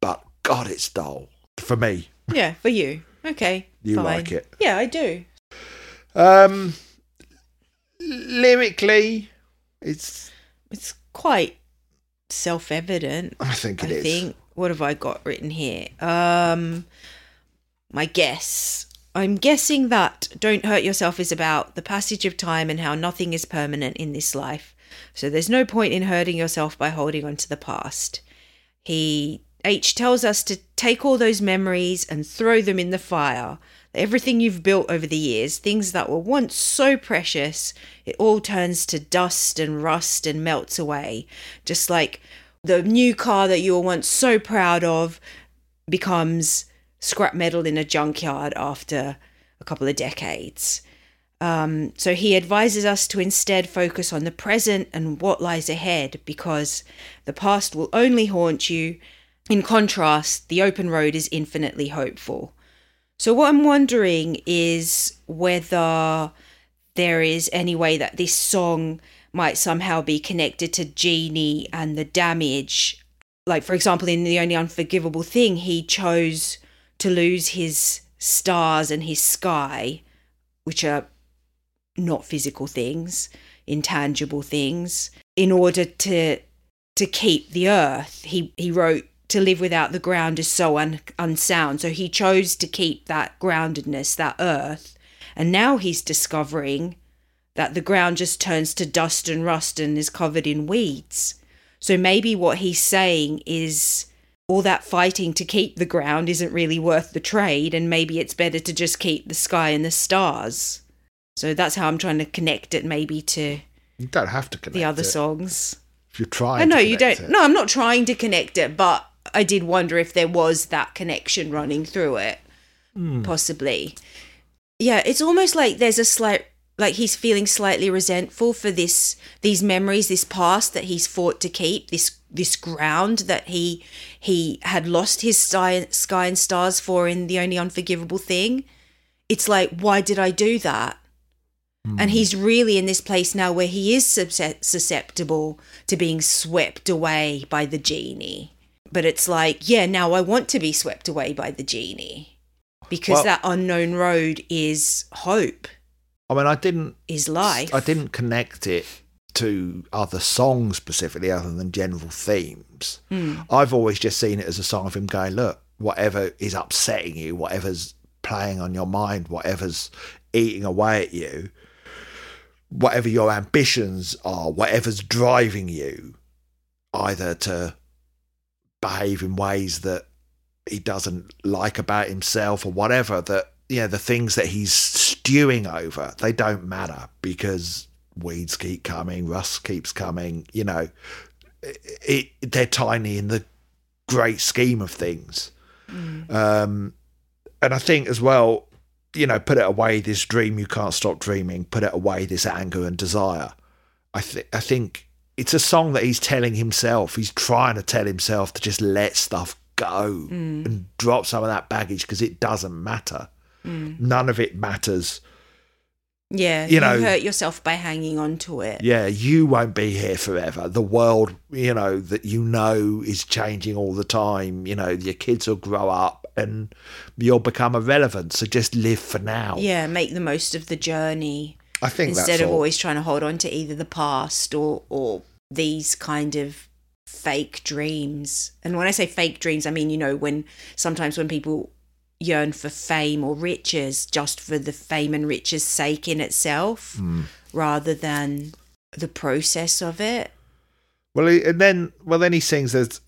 Speaker 1: but God, it's dull. for me.
Speaker 2: Yeah, for you. Okay.
Speaker 1: You
Speaker 2: fine.
Speaker 1: like it.
Speaker 2: Yeah, I do.
Speaker 1: Um, lyrically, it's.
Speaker 2: It's quite self evident.
Speaker 1: I think
Speaker 2: I
Speaker 1: it is.
Speaker 2: think. What have I got written here? Um my guess. I'm guessing that Don't Hurt Yourself is about the passage of time and how nothing is permanent in this life. So there's no point in hurting yourself by holding on to the past. He H tells us to take all those memories and throw them in the fire. Everything you've built over the years, things that were once so precious, it all turns to dust and rust and melts away. Just like the new car that you were once so proud of becomes scrap metal in a junkyard after a couple of decades. Um, so he advises us to instead focus on the present and what lies ahead because the past will only haunt you. In contrast, the open road is infinitely hopeful. So, what I'm wondering is whether there is any way that this song might somehow be connected to Genie and the damage. Like, for example, in The Only Unforgivable Thing, he chose to lose his stars and his sky, which are not physical things, intangible things, in order to to keep the earth. He he wrote to live without the ground is so un, unsound. So he chose to keep that groundedness, that earth, and now he's discovering that the ground just turns to dust and rust and is covered in weeds. So maybe what he's saying is all that fighting to keep the ground isn't really worth the trade, and maybe it's better to just keep the sky and the stars. So that's how I'm trying to connect it maybe to
Speaker 1: You don't have to connect
Speaker 2: the other
Speaker 1: it.
Speaker 2: songs.
Speaker 1: If you're trying.
Speaker 2: I know
Speaker 1: to
Speaker 2: you
Speaker 1: connect
Speaker 2: don't.
Speaker 1: it.
Speaker 2: No, I'm not trying to connect it, but I did wonder if there was that connection running through it,
Speaker 1: Hmm.
Speaker 2: possibly. Yeah, it's almost like there's a slight, like he's feeling slightly resentful for this, these memories, this past that he's fought to keep, this this ground that he he had lost his sky, sky and stars for in the only unforgivable thing. It's like, why did I do that?
Speaker 1: Hmm.
Speaker 2: And he's really in this place now where he is susce- susceptible to being swept away by the genie. But it's like, yeah, now I want to be swept away by the genie because
Speaker 1: Well-
Speaker 2: that unknown road is hope,
Speaker 1: I mean, I didn't.
Speaker 2: is life.
Speaker 1: I didn't connect it to other songs specifically, other than general themes. I've always just seen it as a song of him going, "Look, whatever is upsetting you, whatever's playing on your mind, whatever's eating away at you, whatever your ambitions are, whatever's driving you, either to behave in ways that he doesn't like about himself or whatever that yeah the things that he's stewing over they don't matter because weeds keep coming rust keeps coming you know it, it they're tiny in the great scheme of things um and i think as well you know put it away this dream you can't stop dreaming put it away this anger and desire i think i think it's a song that he's telling himself he's trying to tell himself to just let stuff go and drop some of that baggage because it doesn't matter none of it matters
Speaker 2: yeah,
Speaker 1: you
Speaker 2: you,
Speaker 1: know-
Speaker 2: hurt yourself by hanging on to it.
Speaker 1: yeah you won't be here forever the world you know that you know is changing all the time you know your kids will grow up and you'll become irrelevant so just live for now
Speaker 2: Yeah, make the most of the journey
Speaker 1: i think
Speaker 2: instead
Speaker 1: that's
Speaker 2: of
Speaker 1: all.
Speaker 2: always trying to hold on to either the past or or these kind of fake dreams. And when I say fake dreams, I mean you know when sometimes when people yearn for fame or riches just for the fame and riches sake in itself
Speaker 1: Hmm.
Speaker 2: rather than the process of it.
Speaker 1: Well, he, and then well then he sings there's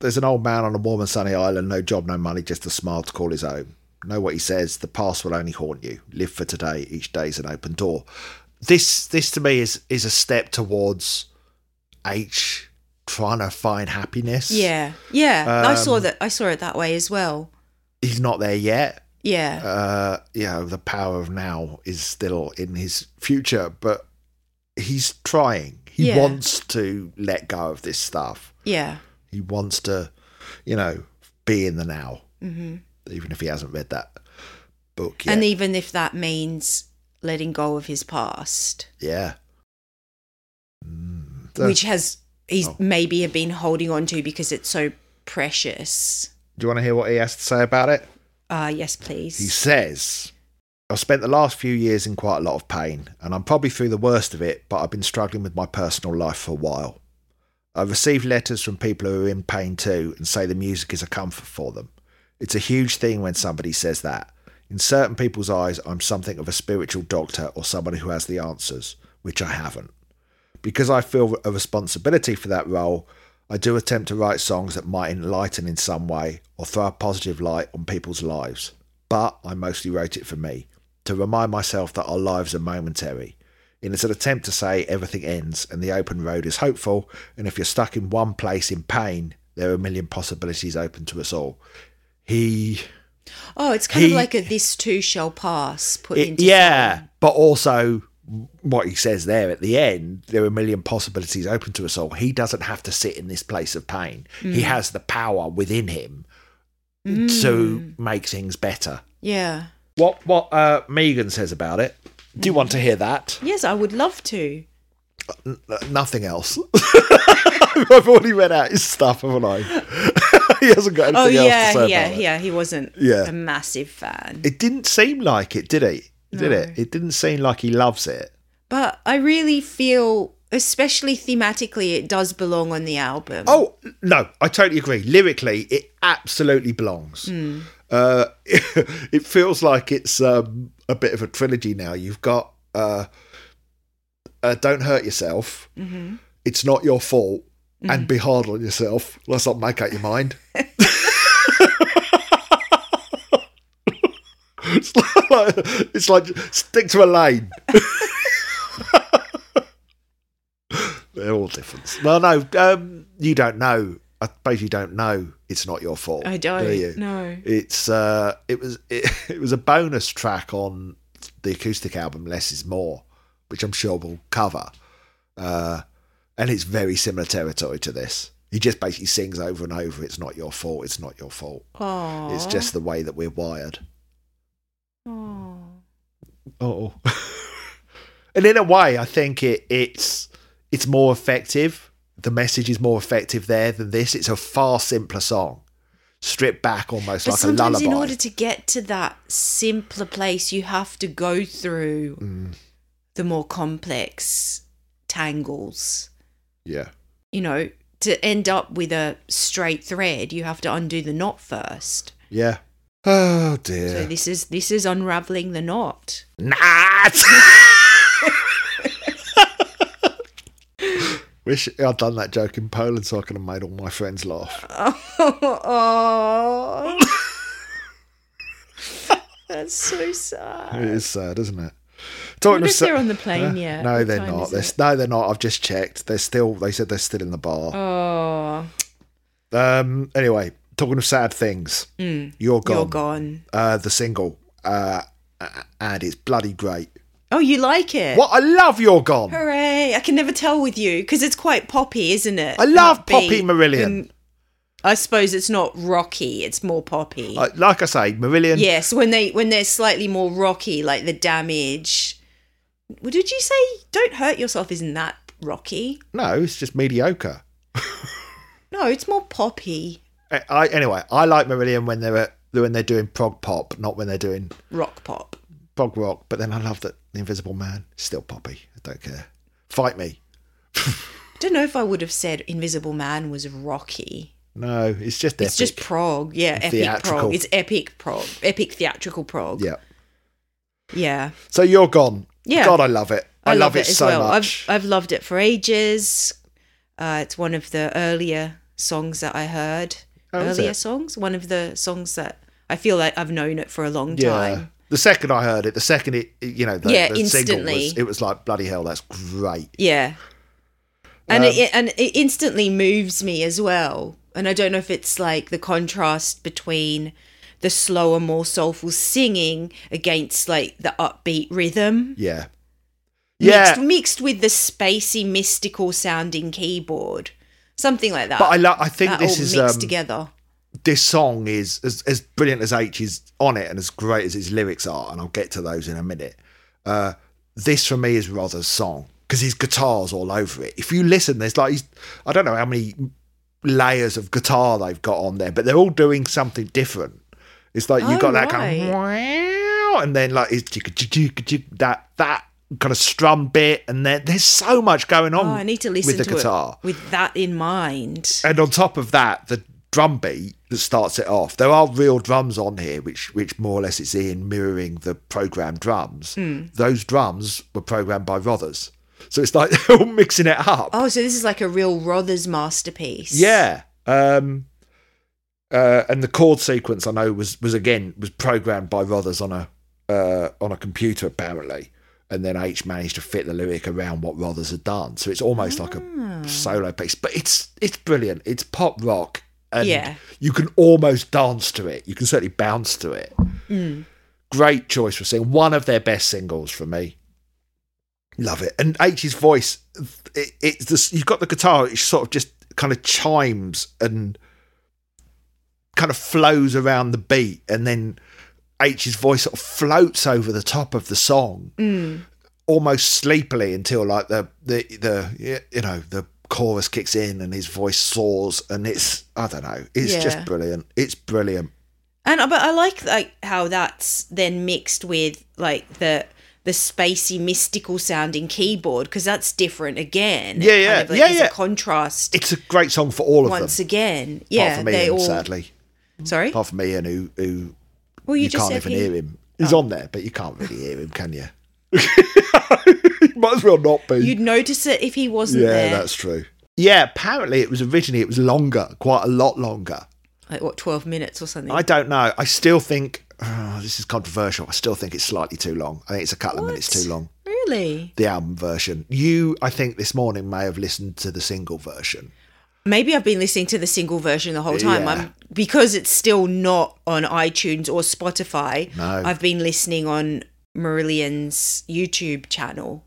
Speaker 1: there's an old man on a warm and sunny island, no job, no money, just a smile to call his own. Know what he says? The past will only haunt you. Live for today. Each day's an open door. This this to me is is a step towards H trying to find happiness.
Speaker 2: Yeah. Yeah. I saw
Speaker 1: Um,
Speaker 2: that I saw it that way as well.
Speaker 1: he's not there yet.
Speaker 2: Yeah.
Speaker 1: uh, you know, the power of now is still in his future, but he's trying. He
Speaker 2: Yeah.
Speaker 1: wants to let go of this stuff.
Speaker 2: yeah.
Speaker 1: He wants to, you know, be in the now, mm-hmm. even if he hasn't read that book yet.
Speaker 2: And even if that means letting go of his past.
Speaker 1: yeah. Mm. So-
Speaker 2: which has he's
Speaker 1: Oh.
Speaker 2: maybe have been holding on to because it's so precious.
Speaker 1: Do you want to hear what he has to say about it?
Speaker 2: Uh, yes,
Speaker 1: He
Speaker 2: please.
Speaker 1: says, I've spent the last few years in quite a lot of pain, and I'm probably through the worst of it, but I've been struggling with my personal life for a while. I've received letters from people who are in pain too and say the music is a comfort for them. It's a huge thing when somebody says that. In certain people's eyes, I'm something of a spiritual doctor or somebody who has the answers, which I haven't. Because I feel a responsibility for that role, I do attempt to write songs that might enlighten in some way or throw a positive light on people's lives. But I mostly wrote it for me, to remind myself that our lives are momentary. And it's an attempt to say everything ends and the open road is hopeful, and if you're stuck in one place in pain, there are a million possibilities open to us all. He
Speaker 2: Oh, it's kind
Speaker 1: He-
Speaker 2: of like a "This too shall pass" put
Speaker 1: it-
Speaker 2: into
Speaker 1: yeah but also what he says there at the end there are a million possibilities open to us all he doesn't have to sit in this place of pain he has the power within him to make things better
Speaker 2: yeah.
Speaker 1: Mm. what what uh megan says about it do you want to hear that
Speaker 2: Yes, I would love to.
Speaker 1: N- nothing else (laughs) i've already read out his stuff haven't i (laughs) he hasn't got anything
Speaker 2: Oh
Speaker 1: else to
Speaker 2: yeah,
Speaker 1: say
Speaker 2: yeah,
Speaker 1: about it.
Speaker 2: yeah. He wasn't
Speaker 1: Yeah.
Speaker 2: a massive fan,
Speaker 1: it didn't seem like it did he did it it didn't seem like he loves it
Speaker 2: but I really feel, especially thematically, it does belong on the album.
Speaker 1: Oh no, I totally agree. Lyrically, it absolutely belongs. Uh, (laughs) it feels like it's um, a bit of a trilogy now. You've got uh, uh, "Don't Hurt Yourself," "It's Not Your Fault,"
Speaker 2: Mm.
Speaker 1: and "Be Hard on Yourself." Let's not make up your
Speaker 2: (laughs)
Speaker 1: mind. it's, like, it's like stick to a
Speaker 2: (laughs)
Speaker 1: lane. They're all different. Well, no, um, you don't know. I suppose you don't know. It's not your fault.
Speaker 2: I
Speaker 1: do you?
Speaker 2: don't know.
Speaker 1: It's uh, it was (laughs) it, it was a bonus track on the acoustic album Less Is More, which I'm sure we'll cover. Uh, and it's very similar territory to this. He just basically sings over and over. It's not your fault. It's not your fault.
Speaker 2: Oh,
Speaker 1: It's just the way that we're wired. Oh. (laughs) and in a way, I think it it's it's more effective. The message is more effective there than this. It's a far simpler song, stripped back almost
Speaker 2: But
Speaker 1: like a
Speaker 2: sometimes,
Speaker 1: lullaby.
Speaker 2: in order to get to that simpler place, you have to go through
Speaker 1: Mm.
Speaker 2: the more complex tangles.
Speaker 1: yeah.
Speaker 2: You know, to end up with a straight thread, you have to undo the knot first.
Speaker 1: Yeah. Oh
Speaker 2: So
Speaker 1: dear.
Speaker 2: this is this is unraveling the knot.
Speaker 1: (laughs)
Speaker 2: (laughs)
Speaker 1: Nat. Wish I'd done that joke in Poland so I could have made all my friends laugh.
Speaker 2: oh, that's so sad.
Speaker 1: It is sad, isn't it?
Speaker 2: I
Speaker 1: Talking
Speaker 2: wonder
Speaker 1: of
Speaker 2: if
Speaker 1: sa-
Speaker 2: they're on the plane yet.
Speaker 1: no,
Speaker 2: What
Speaker 1: they're
Speaker 2: time
Speaker 1: not.
Speaker 2: is
Speaker 1: They're,
Speaker 2: it?
Speaker 1: no, they're not. I've just checked. They're still. They said they're still in the bar.
Speaker 2: Oh,
Speaker 1: Um. Anyway, talking of sad things, you're gone.
Speaker 2: Hmm. you're gone.
Speaker 1: Uh, the single, uh, a- and it's bloody great.
Speaker 2: Oh, you like it?
Speaker 1: What I love, you're gone.
Speaker 2: Hooray! I can never tell with you because it's quite poppy, isn't it?
Speaker 1: I love
Speaker 2: Not beat.
Speaker 1: Poppy Marillion.
Speaker 2: Mm, I suppose it's not rocky; it's more poppy.
Speaker 1: Like, like I say, Marillion.
Speaker 2: yes, when they when they're slightly more rocky, like the damage. Well, Did you say "Don't Hurt Yourself"? Isn't that rocky?
Speaker 1: No, it's just mediocre.
Speaker 2: No, it's more poppy
Speaker 1: I, I anyway, I like Marillion when they're at- when they're doing prog pop, not when they're doing
Speaker 2: rock pop.
Speaker 1: prog rock. But then I love that the Invisible Man is still poppy. I don't care. Fight me.
Speaker 2: Don't know if I would have said "Invisible Man" was rocky.
Speaker 1: No, it's just
Speaker 2: It's just prog, yeah, epic
Speaker 1: Theatrical.
Speaker 2: prog. It's epic prog, epic theatrical prog.
Speaker 1: yeah.
Speaker 2: yeah.
Speaker 1: So you're gone.
Speaker 2: Yeah.
Speaker 1: God, I love it. I, love, it,
Speaker 2: as
Speaker 1: so
Speaker 2: well.
Speaker 1: much.
Speaker 2: I've I've loved it for ages. Uh, it's one of the earlier songs that I heard.
Speaker 1: Oh, is
Speaker 2: earlier
Speaker 1: it?
Speaker 2: songs. One of the songs that I feel like I've known it for a long time.
Speaker 1: The second I heard it, the second it, you know, the,
Speaker 2: Yeah,
Speaker 1: the single
Speaker 2: instantly.
Speaker 1: was, it was like bloody hell. That's great.
Speaker 2: Yeah. And
Speaker 1: Um,
Speaker 2: it and it instantly moves me as well. And I don't know if it's like the contrast between the slower, more soulful singing against like the upbeat rhythm.
Speaker 1: Yeah, yeah.
Speaker 2: Mixed, mixed with the spacey, mystical sounding keyboard. Something like that.
Speaker 1: but I love. I think
Speaker 2: that
Speaker 1: this
Speaker 2: all
Speaker 1: is um,
Speaker 2: mixed together.
Speaker 1: this song is as, as brilliant as H is on it, and as great as his lyrics are, and I'll get to those in a minute. Uh, this for me is Rother's song because his guitars all over it. If you listen, there's like he's, I don't know how many layers of guitar they've got on there, but they're all doing something different. It's like you've
Speaker 2: Oh,
Speaker 1: got that kind of wow, and then like it's jigga jigga jigga jigga, that that kind of strum bit, and then there's so much going on.
Speaker 2: Oh, I need to listen
Speaker 1: with the
Speaker 2: to
Speaker 1: guitar. Uh,
Speaker 2: it with that in mind.
Speaker 1: And on top of that, the drum beat that starts it off. There are real drums on here, which which more or less it's in mirroring the programmed drums. Those drums were programmed by Rothers, so it's like (laughs) they're all mixing it up.
Speaker 2: Oh, so this is like a real Rothers masterpiece.
Speaker 1: Yeah. Um, uh, and the chord sequence I know was was again was programmed by Rothers on a uh, on a computer apparently, and then H managed to fit the lyric around what Rothers had done. So it's almost like a solo piece, but it's it's brilliant. It's pop rock, and
Speaker 2: Yeah.
Speaker 1: you can almost dance to it. You can certainly bounce to it. Great choice for singing. One of their best singles for me. Love it. And H's voice, it, it's this, you've got the guitar, it sort of just kind of chimes and kind of flows around the beat. And then H's voice sort of floats over the top of the song
Speaker 2: Mm.
Speaker 1: almost sleepily until like the, the, the, you know, the chorus kicks in and his voice soars. And it's, I don't know, it's
Speaker 2: Yeah.
Speaker 1: just brilliant. It's brilliant.
Speaker 2: And uh, but I like like how that's then mixed with like the the spacey mystical sounding keyboard because that's different again. It
Speaker 1: Yeah, yeah.
Speaker 2: like,
Speaker 1: Yeah,
Speaker 2: there's
Speaker 1: yeah.
Speaker 2: A contrast
Speaker 1: It's a great song for all of
Speaker 2: once
Speaker 1: them.
Speaker 2: again.
Speaker 1: Apart
Speaker 2: Yeah,
Speaker 1: from Ian,
Speaker 2: they all.
Speaker 1: sadly.
Speaker 2: Sorry.
Speaker 1: Apart from Ian, who, who
Speaker 2: Well, you,
Speaker 1: you,
Speaker 2: just
Speaker 1: can't
Speaker 2: said
Speaker 1: even
Speaker 2: he- oh.
Speaker 1: hear him. He's on there, but you can't really hear him, can you? (laughs) Might as well not be.
Speaker 2: You'd notice it if he wasn't
Speaker 1: yeah,
Speaker 2: there.
Speaker 1: that's true. Yeah, apparently it was originally it was longer, quite a lot longer.
Speaker 2: Like what, twelve minutes or something?
Speaker 1: I don't know. I still think oh, this is controversial. I still think it's slightly too long. I think it's a couple of minutes too long.
Speaker 2: really?
Speaker 1: The album version. You, I think, this morning may have listened to the single version.
Speaker 2: Maybe I've been listening to the single version the whole time.
Speaker 1: Yeah.
Speaker 2: I'm because it's still not on iTunes or Spotify.
Speaker 1: No.
Speaker 2: I've been listening on Marillion's YouTube channel.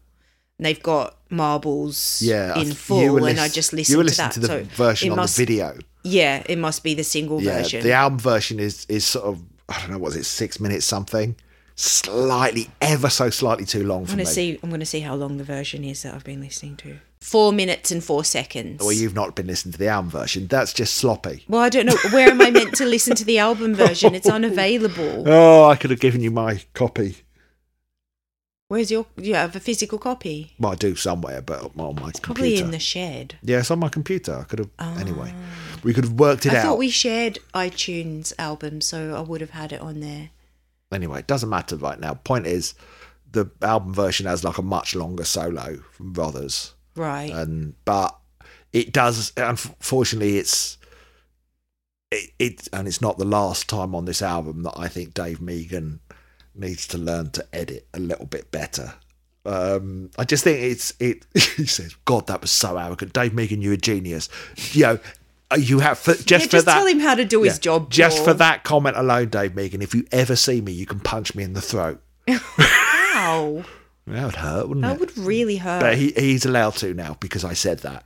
Speaker 2: And they've got marbles
Speaker 1: Yeah, I
Speaker 2: in
Speaker 1: th-
Speaker 2: full,
Speaker 1: you were
Speaker 2: and I
Speaker 1: lis-
Speaker 2: just
Speaker 1: You
Speaker 2: listened
Speaker 1: were
Speaker 2: to
Speaker 1: listening
Speaker 2: that.
Speaker 1: to, the
Speaker 2: so
Speaker 1: version
Speaker 2: it
Speaker 1: on
Speaker 2: must,
Speaker 1: the video.
Speaker 2: yeah, it must be the single
Speaker 1: Yeah,
Speaker 2: version.
Speaker 1: the album version is is sort of I don't know what is it six minutes something, slightly ever so slightly too long for
Speaker 2: I'm
Speaker 1: me.
Speaker 2: gonna see. I'm gonna see how long the version is that I've been listening to. Four minutes and four seconds.
Speaker 1: Well, you've not been listening to the album version. That's just sloppy.
Speaker 2: Well, I don't know. Where am I meant to listen to the album
Speaker 1: (laughs)
Speaker 2: version? It's unavailable.
Speaker 1: Oh, I could have given you my copy.
Speaker 2: Where's your? Do you have a physical copy?
Speaker 1: Well, I do somewhere, but on my computer.
Speaker 2: Probably in the shed.
Speaker 1: yeah, it's on my computer. I could have anyway. We could have worked it
Speaker 2: I
Speaker 1: out.
Speaker 2: thought we shared iTunes album, so I would have had it on there.
Speaker 1: anyway, it doesn't matter right now. Point is, the album version has like a much longer solo from Brothers.
Speaker 2: Right.
Speaker 1: and but it does unfortunately it's it, it and it's not the last time on this album that I think Dave Megan needs to learn to edit a little bit better. Um, I just think it's it. (laughs) He says, "God, that was so arrogant, Dave Megan. You're a genius. You know, uh, you have for, just
Speaker 2: yeah,
Speaker 1: for
Speaker 2: just
Speaker 1: that.
Speaker 2: tell him how to do
Speaker 1: yeah,
Speaker 2: his job.
Speaker 1: just
Speaker 2: Paul.
Speaker 1: for that comment alone, Dave Megan. If you ever see me, you can punch me in the throat.
Speaker 2: Ow.
Speaker 1: That would hurt, wouldn't it?
Speaker 2: That would really hurt.
Speaker 1: But he, he's allowed to now because I said that.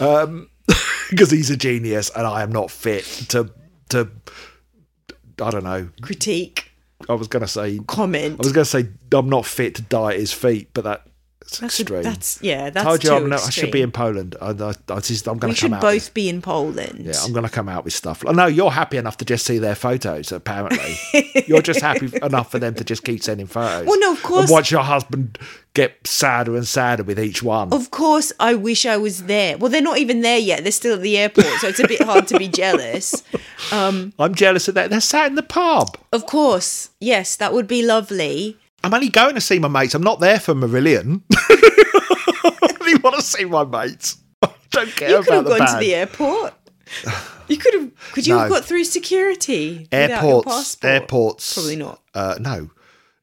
Speaker 1: Um, (laughs) because he's a genius and I am not fit to to. I don't know.
Speaker 2: Critique,
Speaker 1: I was gonna say I
Speaker 2: comment.
Speaker 1: was gonna say I'm not fit to die at his feet, but that- that's
Speaker 2: That's-
Speaker 1: extreme.
Speaker 2: That's yeah. That's
Speaker 1: Told you
Speaker 2: too
Speaker 1: I'm not- I should be
Speaker 2: extreme.
Speaker 1: in Poland. I, I, I just, I'm gonna
Speaker 2: We
Speaker 1: come
Speaker 2: should
Speaker 1: out.
Speaker 2: both
Speaker 1: with-
Speaker 2: be in Poland.
Speaker 1: yeah, I'm gonna come out with stuff. I know you're happy enough to just see their photos. Apparently,
Speaker 2: (laughs)
Speaker 1: you're just happy enough for them to just keep sending photos.
Speaker 2: Well, no, of course.
Speaker 1: And watch your husband get sadder and sadder with each one.
Speaker 2: Of course, I wish I was there. Well, they're not even there yet. They're still at the airport, so it's a bit hard to be (laughs) jealous.
Speaker 1: I'm jealous of that. They're sat in the pub.
Speaker 2: Of course, yes, that would be lovely.
Speaker 1: I'm only going to see my mates. I'm not there for Marillion. (laughs) I only want to see my mates. I don't care
Speaker 2: You could
Speaker 1: about
Speaker 2: have
Speaker 1: the
Speaker 2: gone to
Speaker 1: band.
Speaker 2: the airport. You could have. Could you have
Speaker 1: (sighs) No.
Speaker 2: got through security? without your
Speaker 1: airports.
Speaker 2: passport?
Speaker 1: Airports.
Speaker 2: Probably not.
Speaker 1: Uh, no.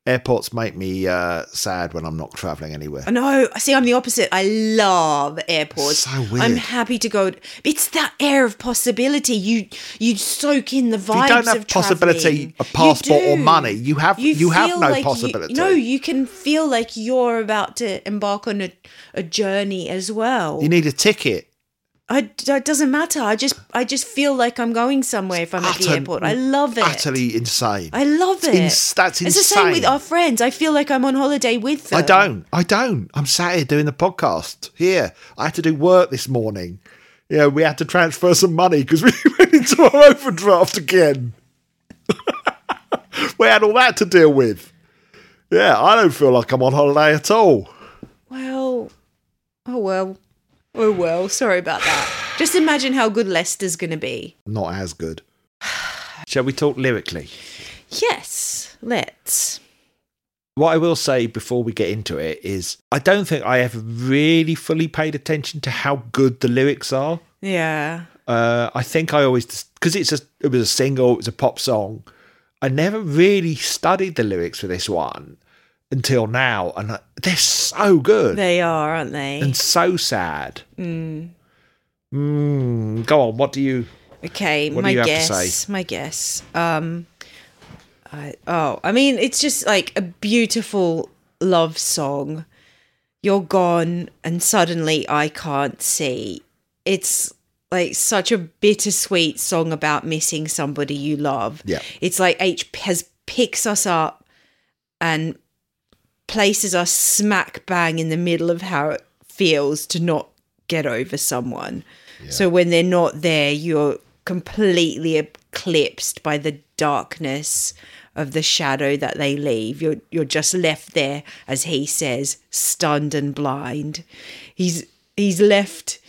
Speaker 1: Airports make me uh, sad when I'm not travelling anywhere.
Speaker 2: I know. See, I'm the opposite. I love airports.
Speaker 1: So weird.
Speaker 2: I'm happy to go. It's that air of possibility. You you soak in the vibes.
Speaker 1: you don't have
Speaker 2: of
Speaker 1: possibility
Speaker 2: travelling.
Speaker 1: of passport
Speaker 2: You
Speaker 1: or
Speaker 2: do.
Speaker 1: money. You have- you have
Speaker 2: feel
Speaker 1: no
Speaker 2: like you-
Speaker 1: possibility.
Speaker 2: no, you can feel like you're about to embark on a, a journey as well.
Speaker 1: You need a ticket.
Speaker 2: I, it doesn't matter. I just I just feel like I'm going somewhere if I'm at the
Speaker 1: utter-
Speaker 2: airport. I love it.
Speaker 1: Utterly insane.
Speaker 2: I love it.
Speaker 1: ins- that's
Speaker 2: It's the same with
Speaker 1: insane.
Speaker 2: our friends. I feel like I'm on holiday with them.
Speaker 1: I don't. I don't. I'm sat here doing the podcast here. I had to do work this morning. yeah, we had to transfer some money because (laughs) we went into our overdraft again. (laughs) we had all that to deal with. Yeah, I don't feel like I'm on holiday at all.
Speaker 2: Well, oh well, oh well. Sorry about that. Just imagine how good Leicester's going to be.
Speaker 1: Not as good. (sighs) Shall we talk lyrically?
Speaker 2: Yes, let's.
Speaker 1: What I will say before we get into it is I don't think I ever really fully paid attention to how good the lyrics are.
Speaker 2: Yeah,
Speaker 1: Uh, I think I always because it's a it was a single, it was a pop song. I never really studied the lyrics for this one until now, and I, they're so good
Speaker 2: they are, aren't they?
Speaker 1: and so sad. Mm. go on, what do you?
Speaker 2: Okay,
Speaker 1: What do
Speaker 2: my
Speaker 1: you have to
Speaker 2: guess. My guess. Um, I, oh, I mean, it's just like a beautiful love song. You're gone, and suddenly I can't see. It's like such a bittersweet song about missing somebody you love.
Speaker 1: Yeah.
Speaker 2: it's like H has picks us up and places us smack bang in the middle of how it feels to not get over someone. So when they're not there, you're completely eclipsed by the darkness of the shadow that they leave. You're you're just left there, as he says, stunned and blind. He's he's left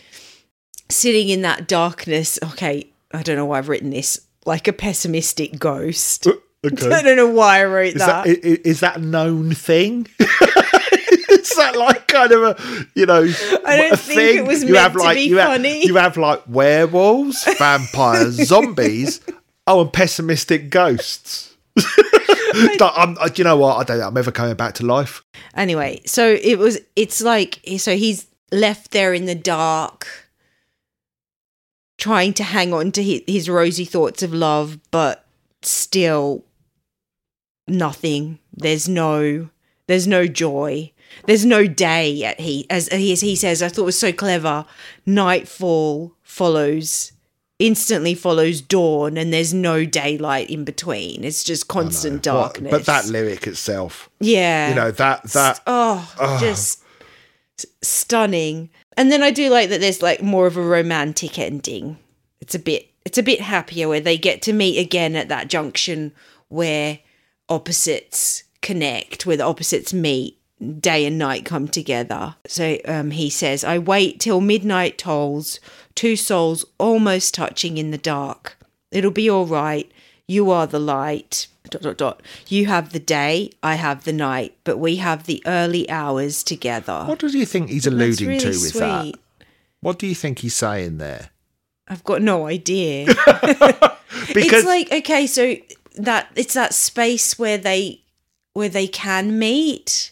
Speaker 2: sitting in that darkness. Okay, I don't know why I've written this like a pessimistic ghost. (laughs) I don't know why I wrote
Speaker 1: Is that,
Speaker 2: that.
Speaker 1: i- i- is that a known thing? (laughs) is that like kind of a you know
Speaker 2: I don't
Speaker 1: a
Speaker 2: think it was meant to be
Speaker 1: you have-
Speaker 2: funny.
Speaker 1: you have like
Speaker 2: (laughs)
Speaker 1: werewolves, vampires, zombies, oh, and pessimistic ghosts.
Speaker 2: (laughs)
Speaker 1: Like, I'm, I- do you know what? I don't. know, I'm ever coming back to life.
Speaker 2: anyway, so it was. It's like so he's left there in the dark, trying to hang on to his, his rosy thoughts of love, but still nothing. There's no. There's no joy. There's no day. At he as he as he says, I thought it was so clever. Nightfall follows. Instantly follows dawn, and there's no daylight in between. It's just constant
Speaker 1: What-
Speaker 2: darkness.
Speaker 1: but that lyric itself,
Speaker 2: yeah,
Speaker 1: you know, that that
Speaker 2: oh, just s- stunning. And then I do like that there's like more of a romantic ending. It's a bit it's a bit happier where they get to meet again at that junction where opposites connect, where the opposites meet, day and night come together. So um, he says, "I wait till midnight tolls, two souls almost touching in the dark. It'll be all right. You are the light. Dot dot dot. You have the day. I have the night. But we have the early hours together."
Speaker 1: What do you think he's
Speaker 2: That's
Speaker 1: alluding
Speaker 2: really
Speaker 1: to with
Speaker 2: sweet.
Speaker 1: that? What do you think he's saying there?
Speaker 2: I've got no idea.
Speaker 1: Because
Speaker 2: it's like okay, so that it's that space where they where they can meet.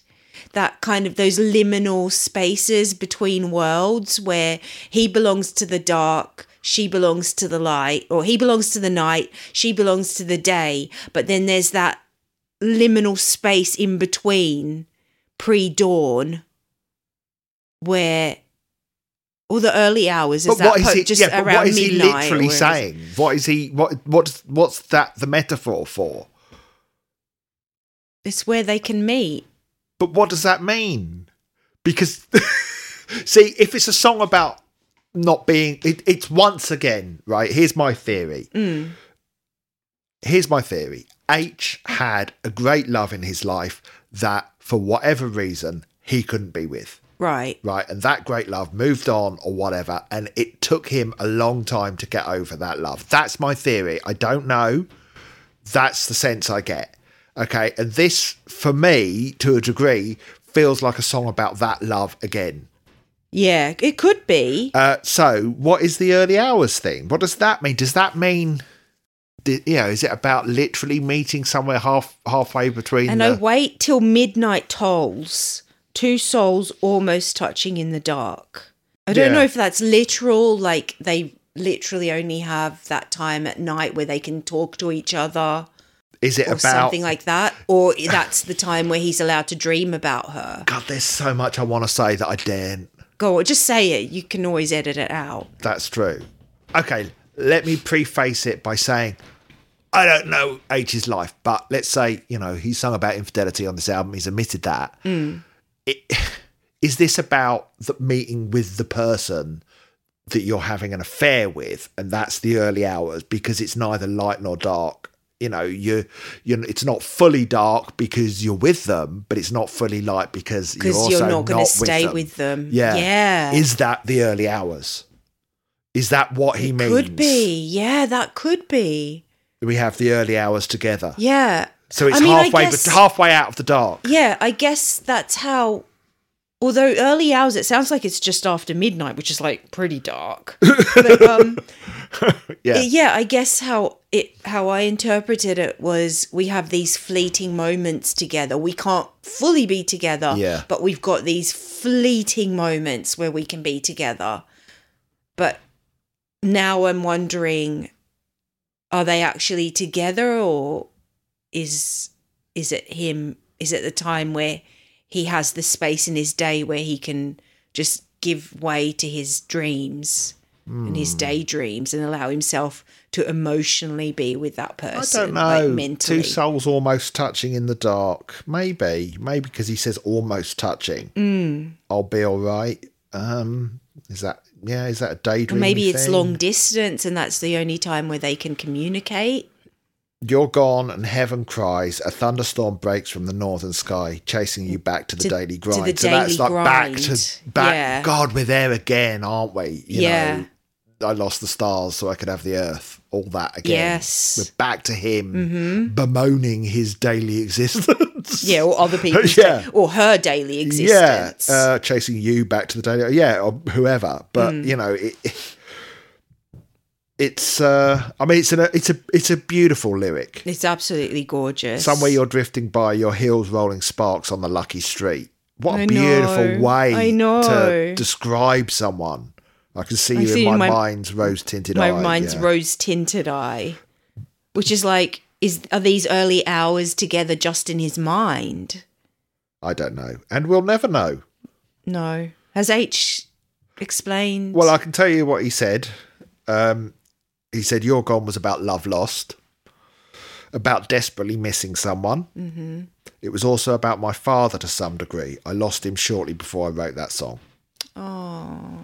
Speaker 2: That kind of those liminal spaces between worlds where he belongs to the dark, she belongs to the light, or he belongs to the night, she belongs to the day. But then there's that liminal space in between pre dawn where all the early hours is
Speaker 1: but
Speaker 2: that
Speaker 1: what is
Speaker 2: po-
Speaker 1: he?
Speaker 2: just
Speaker 1: yeah, but
Speaker 2: around
Speaker 1: what is he
Speaker 2: midnight or
Speaker 1: literally
Speaker 2: wherever-
Speaker 1: saying? What is he? What what's what's that the metaphor for?
Speaker 2: It's where they can meet.
Speaker 1: But what does that mean? Because (laughs) see, if it's a song about not being, it, it's once again right. Here's my theory. Here's my theory. H had a great love in his life that, for whatever reason, he couldn't be with.
Speaker 2: Right.
Speaker 1: right? And that great love moved on or whatever. And it took him a long time to get over that love. That's my theory. I don't know. That's the sense I get. Okay. And this, for me, to a degree, feels like a song about that love again.
Speaker 2: Yeah, it could be.
Speaker 1: Uh, so, what is the early hours thing? What does that mean? Does that mean. di- You know, is it about literally meeting somewhere half halfway between?
Speaker 2: and I
Speaker 1: the,
Speaker 2: wait till midnight tolls, two souls almost touching in the dark. I don't
Speaker 1: Yeah.
Speaker 2: know if that's literal, like they literally only have that time at night where they can talk to each other
Speaker 1: is it
Speaker 2: or
Speaker 1: about
Speaker 2: something like that, or that's the time where he's allowed to dream about her.
Speaker 1: God? There's so much I want to say that I daren't.
Speaker 2: Go on, just say it. You can always edit it out.
Speaker 1: That's true. Okay, let me preface it by saying I don't know H's life, but let's say, you know, he's sung about infidelity on this album, he's admitted that.
Speaker 2: Mm.
Speaker 1: It- Is this about the meeting with the person that you're having an affair with, and that's the early hours because it's neither light nor dark. You know, you you it's not fully dark because you're with them, but it's not fully light because you're
Speaker 2: because
Speaker 1: also
Speaker 2: you're, not going to
Speaker 1: with
Speaker 2: stay
Speaker 1: them.
Speaker 2: with them.
Speaker 1: Yeah.
Speaker 2: yeah.
Speaker 1: Is that the early hours? Is that what he means?
Speaker 2: could be. Yeah, that could be.
Speaker 1: We have the early hours together.
Speaker 2: Yeah.
Speaker 1: So it's
Speaker 2: I mean, I
Speaker 1: halfway
Speaker 2: guess-
Speaker 1: halfway out of the dark.
Speaker 2: Yeah, I guess that's how. Although early hours, it sounds like it's just after midnight, which is like
Speaker 1: (laughs)
Speaker 2: pretty dark. But um,
Speaker 1: Yeah.
Speaker 2: yeah, I guess how it how I interpreted it was we have these fleeting moments together. We can't fully be together,
Speaker 1: Yeah.
Speaker 2: but we've got these fleeting moments where we can be together. But now I'm wondering, are they actually together, or is is it him? Is it the time where he has the space in his day where he can just give way to his dreams? and
Speaker 1: Hmm.
Speaker 2: his daydreams and allow himself to emotionally be with that
Speaker 1: I
Speaker 2: person.
Speaker 1: don't know.
Speaker 2: Like mentally.
Speaker 1: Two souls almost touching in the dark. Maybe. Maybe because he says almost touching.
Speaker 2: Mm.
Speaker 1: I'll be all right. Um, is that yeah? Is that a daydream?
Speaker 2: Maybe it's
Speaker 1: thing?
Speaker 2: long distance and that's the only time where they can communicate.
Speaker 1: You're gone, and heaven cries. A thunderstorm breaks from the northern sky, chasing you back to the
Speaker 2: To-
Speaker 1: daily
Speaker 2: to the
Speaker 1: grind. so that's
Speaker 2: daily
Speaker 1: like back to
Speaker 2: grind.
Speaker 1: back.
Speaker 2: Yeah.
Speaker 1: God, we're there again, aren't we? You
Speaker 2: Yeah.
Speaker 1: Know, I lost the stars so I could have the earth. All that again.
Speaker 2: Yes. Mm-hmm.
Speaker 1: We're back to him bemoaning his daily existence. (laughs)
Speaker 2: Yeah, or other people's
Speaker 1: Yeah.
Speaker 2: da- or her daily existence.
Speaker 1: Yeah, uh, chasing you back to the daily. Yeah, or whoever. But
Speaker 2: Mm.
Speaker 1: you know, it, it's. Uh, I mean, it's an it's a it's a beautiful lyric.
Speaker 2: it's absolutely gorgeous.
Speaker 1: Somewhere you're drifting by, your heels rolling sparks on the lucky street. What a
Speaker 2: I
Speaker 1: beautiful
Speaker 2: know.
Speaker 1: way
Speaker 2: I know.
Speaker 1: to describe someone. I can see
Speaker 2: I
Speaker 1: you
Speaker 2: see
Speaker 1: in
Speaker 2: in
Speaker 1: my,
Speaker 2: my-
Speaker 1: mind's rose tinted
Speaker 2: my
Speaker 1: eye.
Speaker 2: mind's
Speaker 1: yeah.
Speaker 2: rose tinted eye. Which is like is are these early hours together just in his mind?
Speaker 1: I don't know, and we'll never know.
Speaker 2: No. Has H explained
Speaker 1: Well, I can tell you what he said. Um, he said "Your Gone" was about love lost, about desperately missing someone. Mm-hmm. It was also about my father to some degree. I lost him shortly before I wrote that song.
Speaker 2: Oh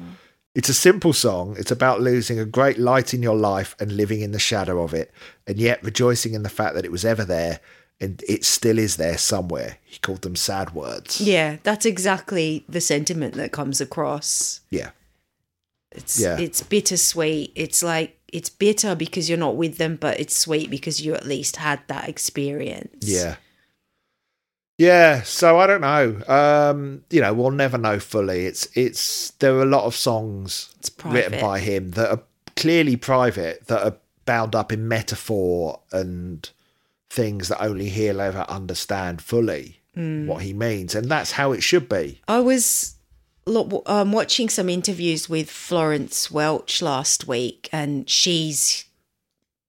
Speaker 1: It's a simple song. It's about losing a great light in your life and living in the shadow of it, and yet rejoicing in the fact that it was ever there and it still is there somewhere. He called them sad words.
Speaker 2: Yeah, that's exactly the sentiment that comes across.
Speaker 1: Yeah.
Speaker 2: It's
Speaker 1: Yeah.
Speaker 2: it's bittersweet. It's like it's bitter because you're not with them, but it's sweet because you at least had that experience.
Speaker 1: Yeah. Yeah, so I don't know. Um, you know, we'll never know fully. It's it's there are a lot of songs
Speaker 2: It's
Speaker 1: written
Speaker 2: private.
Speaker 1: by him that are clearly private that are bound up in metaphor and things that only he'll ever understand fully
Speaker 2: Mm.
Speaker 1: what he means, and that's how it should be.
Speaker 2: I was lo- um, watching some interviews with Florence Welch last week, and she's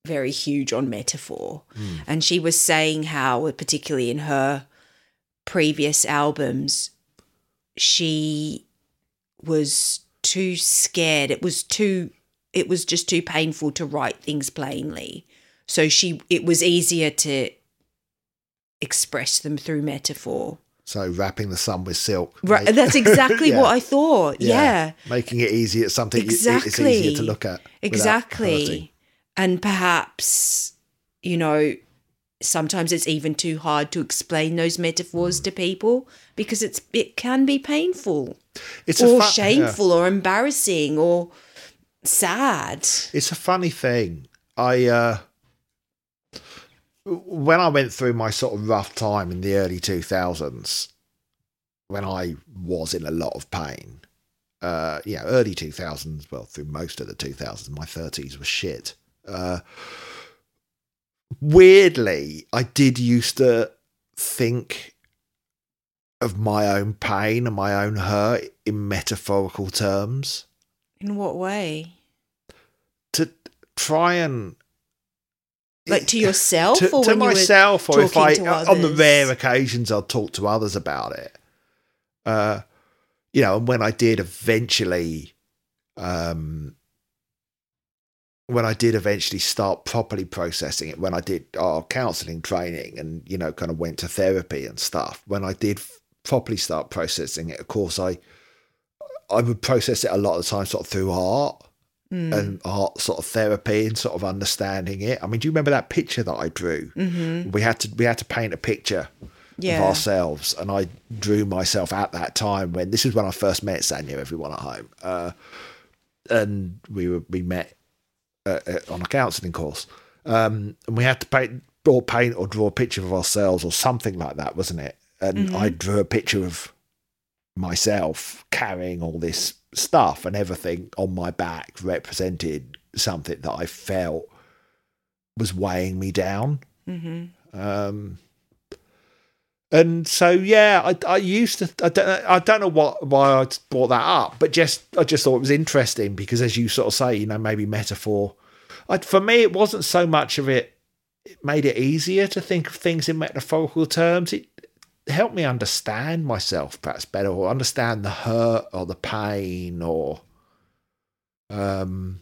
Speaker 2: very huge on metaphor. And she was saying how, particularly in her previous albums, she was too scared. It was too, it was just too painful to write things plainly. So she, it was easier to express them through metaphor.
Speaker 1: So wrapping the sun with silk,
Speaker 2: Right,
Speaker 1: make-
Speaker 2: that's
Speaker 1: (laughs)
Speaker 2: exactly
Speaker 1: Yeah.
Speaker 2: what I thought. Yeah,
Speaker 1: making it easy. It's something it's easier
Speaker 2: Exactly.
Speaker 1: to look at. without hurting.
Speaker 2: exactly. And perhaps, you know, sometimes it's even too hard to explain those metaphors to people because it's it can be painful
Speaker 1: It's a
Speaker 2: or
Speaker 1: fu- yeah.
Speaker 2: shameful or embarrassing or sad.
Speaker 1: It's a funny thing. I uh when I went through my sort of rough time in the early 2000s when I was in a lot of pain. Uh you know, early 2000s, well through most of the 2000s, my 30s were shit. Uh weirdly, I did used to think of my own pain and my own hurt in metaphorical terms
Speaker 2: In what way?
Speaker 1: to try and
Speaker 2: Like to yourself
Speaker 1: to,
Speaker 2: or
Speaker 1: to
Speaker 2: when
Speaker 1: myself
Speaker 2: you
Speaker 1: or
Speaker 2: were
Speaker 1: if I
Speaker 2: talking to
Speaker 1: on the
Speaker 2: others?
Speaker 1: rare occasions I'll talk to others about it. Uh you know, and when I did eventually um when I did eventually start properly processing it, when I did our counselling training and, you know, kind of went to therapy and stuff, when I did f- properly start processing it, of course I I would process it a lot of the time, sort of through art
Speaker 2: Mm,
Speaker 1: and art sort of therapy and sort of understanding it. I mean, do you remember that picture that I drew? Mm-hmm. We had to we had to paint a picture
Speaker 2: Yeah.
Speaker 1: of ourselves, and I drew myself at that time when this is when I first met Sanya. Everyone at home, uh, and we were we met uh, uh, on a counselling course, um, and we had to paint or paint or draw a picture of ourselves or something like that, wasn't it? And I drew a picture of myself carrying all this stuff and everything on my back represented something that I felt was weighing me down.
Speaker 2: mm-hmm,
Speaker 1: Um, and so yeah, I, I used to I don't know, I don't know what why I brought that up, but just I just thought it was interesting because as you sort of say, you know, maybe metaphor. I, for me, it wasn't so much of it. It made it easier to think of things in metaphorical terms. It helped me understand myself perhaps better, or understand the hurt or the pain, or um,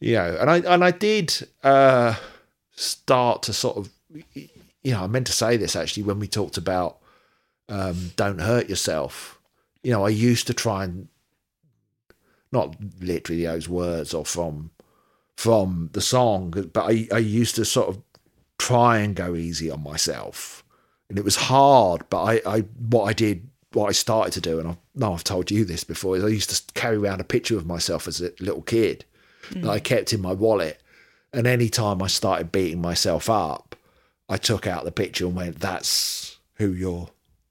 Speaker 1: you know. And I and I did uh start to sort of you know, I meant to say this actually when we talked about um, don't hurt yourself. You know, I used to try and not literally those words or from from the song, but I, I used to sort of try and go easy on myself. And it was hard, but I, I what I did, what I started to do, and I know I've told you this before, is I used to carry around a picture of myself as a little kid that I kept in my wallet. And any time I started beating myself up, I took out the picture and went, that's who you're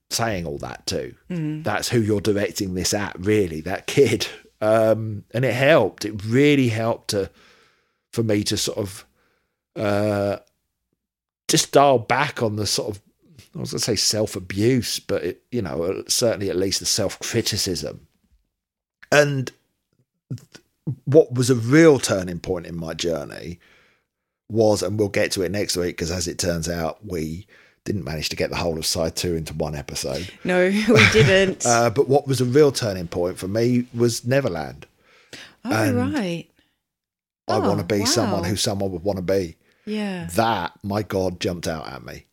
Speaker 1: saying all that to.
Speaker 2: mm-hmm.
Speaker 1: That's who you're directing this at, really, that kid. Um, and it helped. It really helped to for me to sort of uh, just dial back on the sort of I was going to say self abuse, but it, you know, certainly at least the self criticism. And what was a real turning point in my journey was, and we'll get to it next week because as it turns out, we didn't manage to get the whole of side two into one episode.
Speaker 2: No, (laughs) we didn't.
Speaker 1: Uh, but what was a real turning point for me was Neverland.
Speaker 2: oh, right.
Speaker 1: I
Speaker 2: Oh,
Speaker 1: want to be someone
Speaker 2: wow.
Speaker 1: who someone would want to be.
Speaker 2: Yeah.
Speaker 1: That, my God, jumped out at me.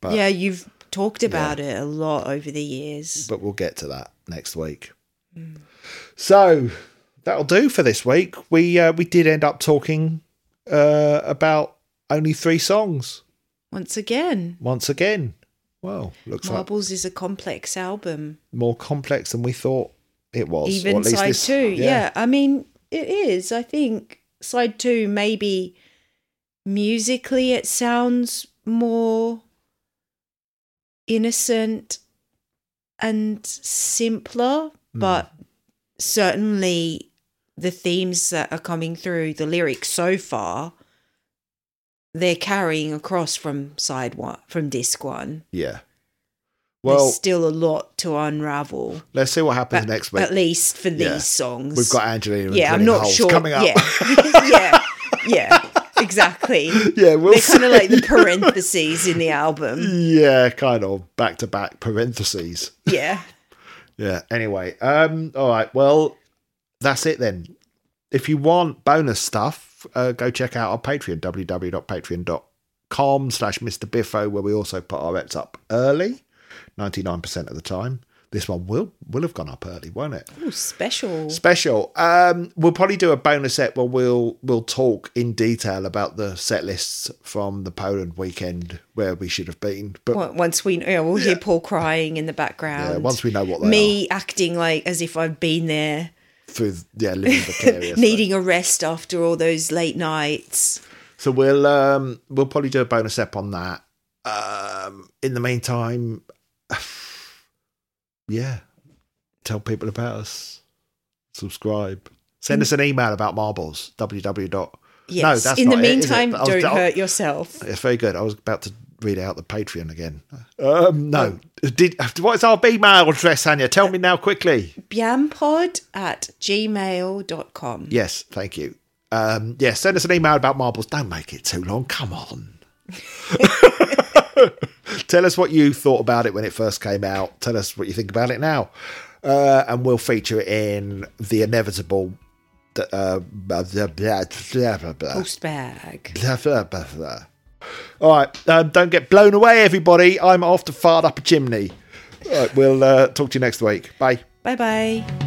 Speaker 1: but-
Speaker 2: yeah, you've talked about it a lot over the years.
Speaker 1: But we'll get to that next week.
Speaker 2: Mm.
Speaker 1: So that'll do for this week. We uh, we did end up talking uh, about only three songs
Speaker 2: Once again,
Speaker 1: once again. Well, looks like
Speaker 2: Marbles is a complex album.
Speaker 1: more complex than we thought it was. or
Speaker 2: Even
Speaker 1: at least
Speaker 2: side
Speaker 1: this-
Speaker 2: two. Yeah. I mean, it is. I think side two, maybe musically, it sounds more innocent and simpler,
Speaker 1: Hmm.
Speaker 2: but certainly the themes that are coming through the lyrics so far. They're carrying across from side one, from disc one.
Speaker 1: yeah. Well,
Speaker 2: There's still a lot to unravel.
Speaker 1: let's see what happens
Speaker 2: At-
Speaker 1: next week.
Speaker 2: At least for these
Speaker 1: Yeah.
Speaker 2: songs.
Speaker 1: We've got Angelina. and
Speaker 2: yeah, I'm
Speaker 1: Glennon
Speaker 2: not
Speaker 1: Holt
Speaker 2: sure.
Speaker 1: Coming up. (laughs)
Speaker 2: Yeah, yeah, yeah, exactly.
Speaker 1: (laughs) Yeah, we'll
Speaker 2: They're kind of
Speaker 1: see.
Speaker 2: like the parentheses in the album.
Speaker 1: yeah, kind of back to back parentheses.
Speaker 2: Yeah,
Speaker 1: Yeah. Anyway, um, all right. Well, that's it then. If you want bonus stuff, uh, go check out our Patreon, www.patreon.com slash Mr. Biffo, where we also put our reps up early, 99% of the time. This one will will have gone up early, won't it?
Speaker 2: Ooh, special.
Speaker 1: Special. Um, we'll probably do a bonus set where we'll we'll talk in detail about the set lists from the Poland weekend where we should have been. But
Speaker 2: Well, Once we, yeah, we'll hear Paul crying in the background.
Speaker 1: yeah, once we know what they are,
Speaker 2: me acting like as if I've been there,
Speaker 1: through yeah, living
Speaker 2: (laughs)
Speaker 1: vicariously.
Speaker 2: needing a rest after all those late nights.
Speaker 1: So we'll um we'll probably do a bonus ep on that. Um in the meantime (sighs) yeah. Tell people about us. Subscribe. Send us an email about marbles. www. dot-
Speaker 2: Yes.
Speaker 1: that's
Speaker 2: in the
Speaker 1: not it, is it?
Speaker 2: meantime,
Speaker 1: I was-
Speaker 2: don't
Speaker 1: I-
Speaker 2: hurt yourself.
Speaker 1: It's very good. I was about to read out the Patreon again. Um no.
Speaker 2: Oh.
Speaker 1: Did what's our email address, Anya? Tell me now quickly.
Speaker 2: Biampod at gmail.com.
Speaker 1: Yes, thank you. Um, yeah, send us an email about marbles. Don't make it too long. Come on. Tell us what you thought about it when it first came out. Tell us what you think about it now. Uh, and we'll feature it in the inevitable. Uh, blah, blah, blah, blah, blah, blah.
Speaker 2: Post bag.
Speaker 1: Blah, blah, blah, blah. All right, um, don't get blown away, everybody. I'm off to fart up a chimney. All right, we'll uh, talk to you next week. Bye.
Speaker 2: Bye bye.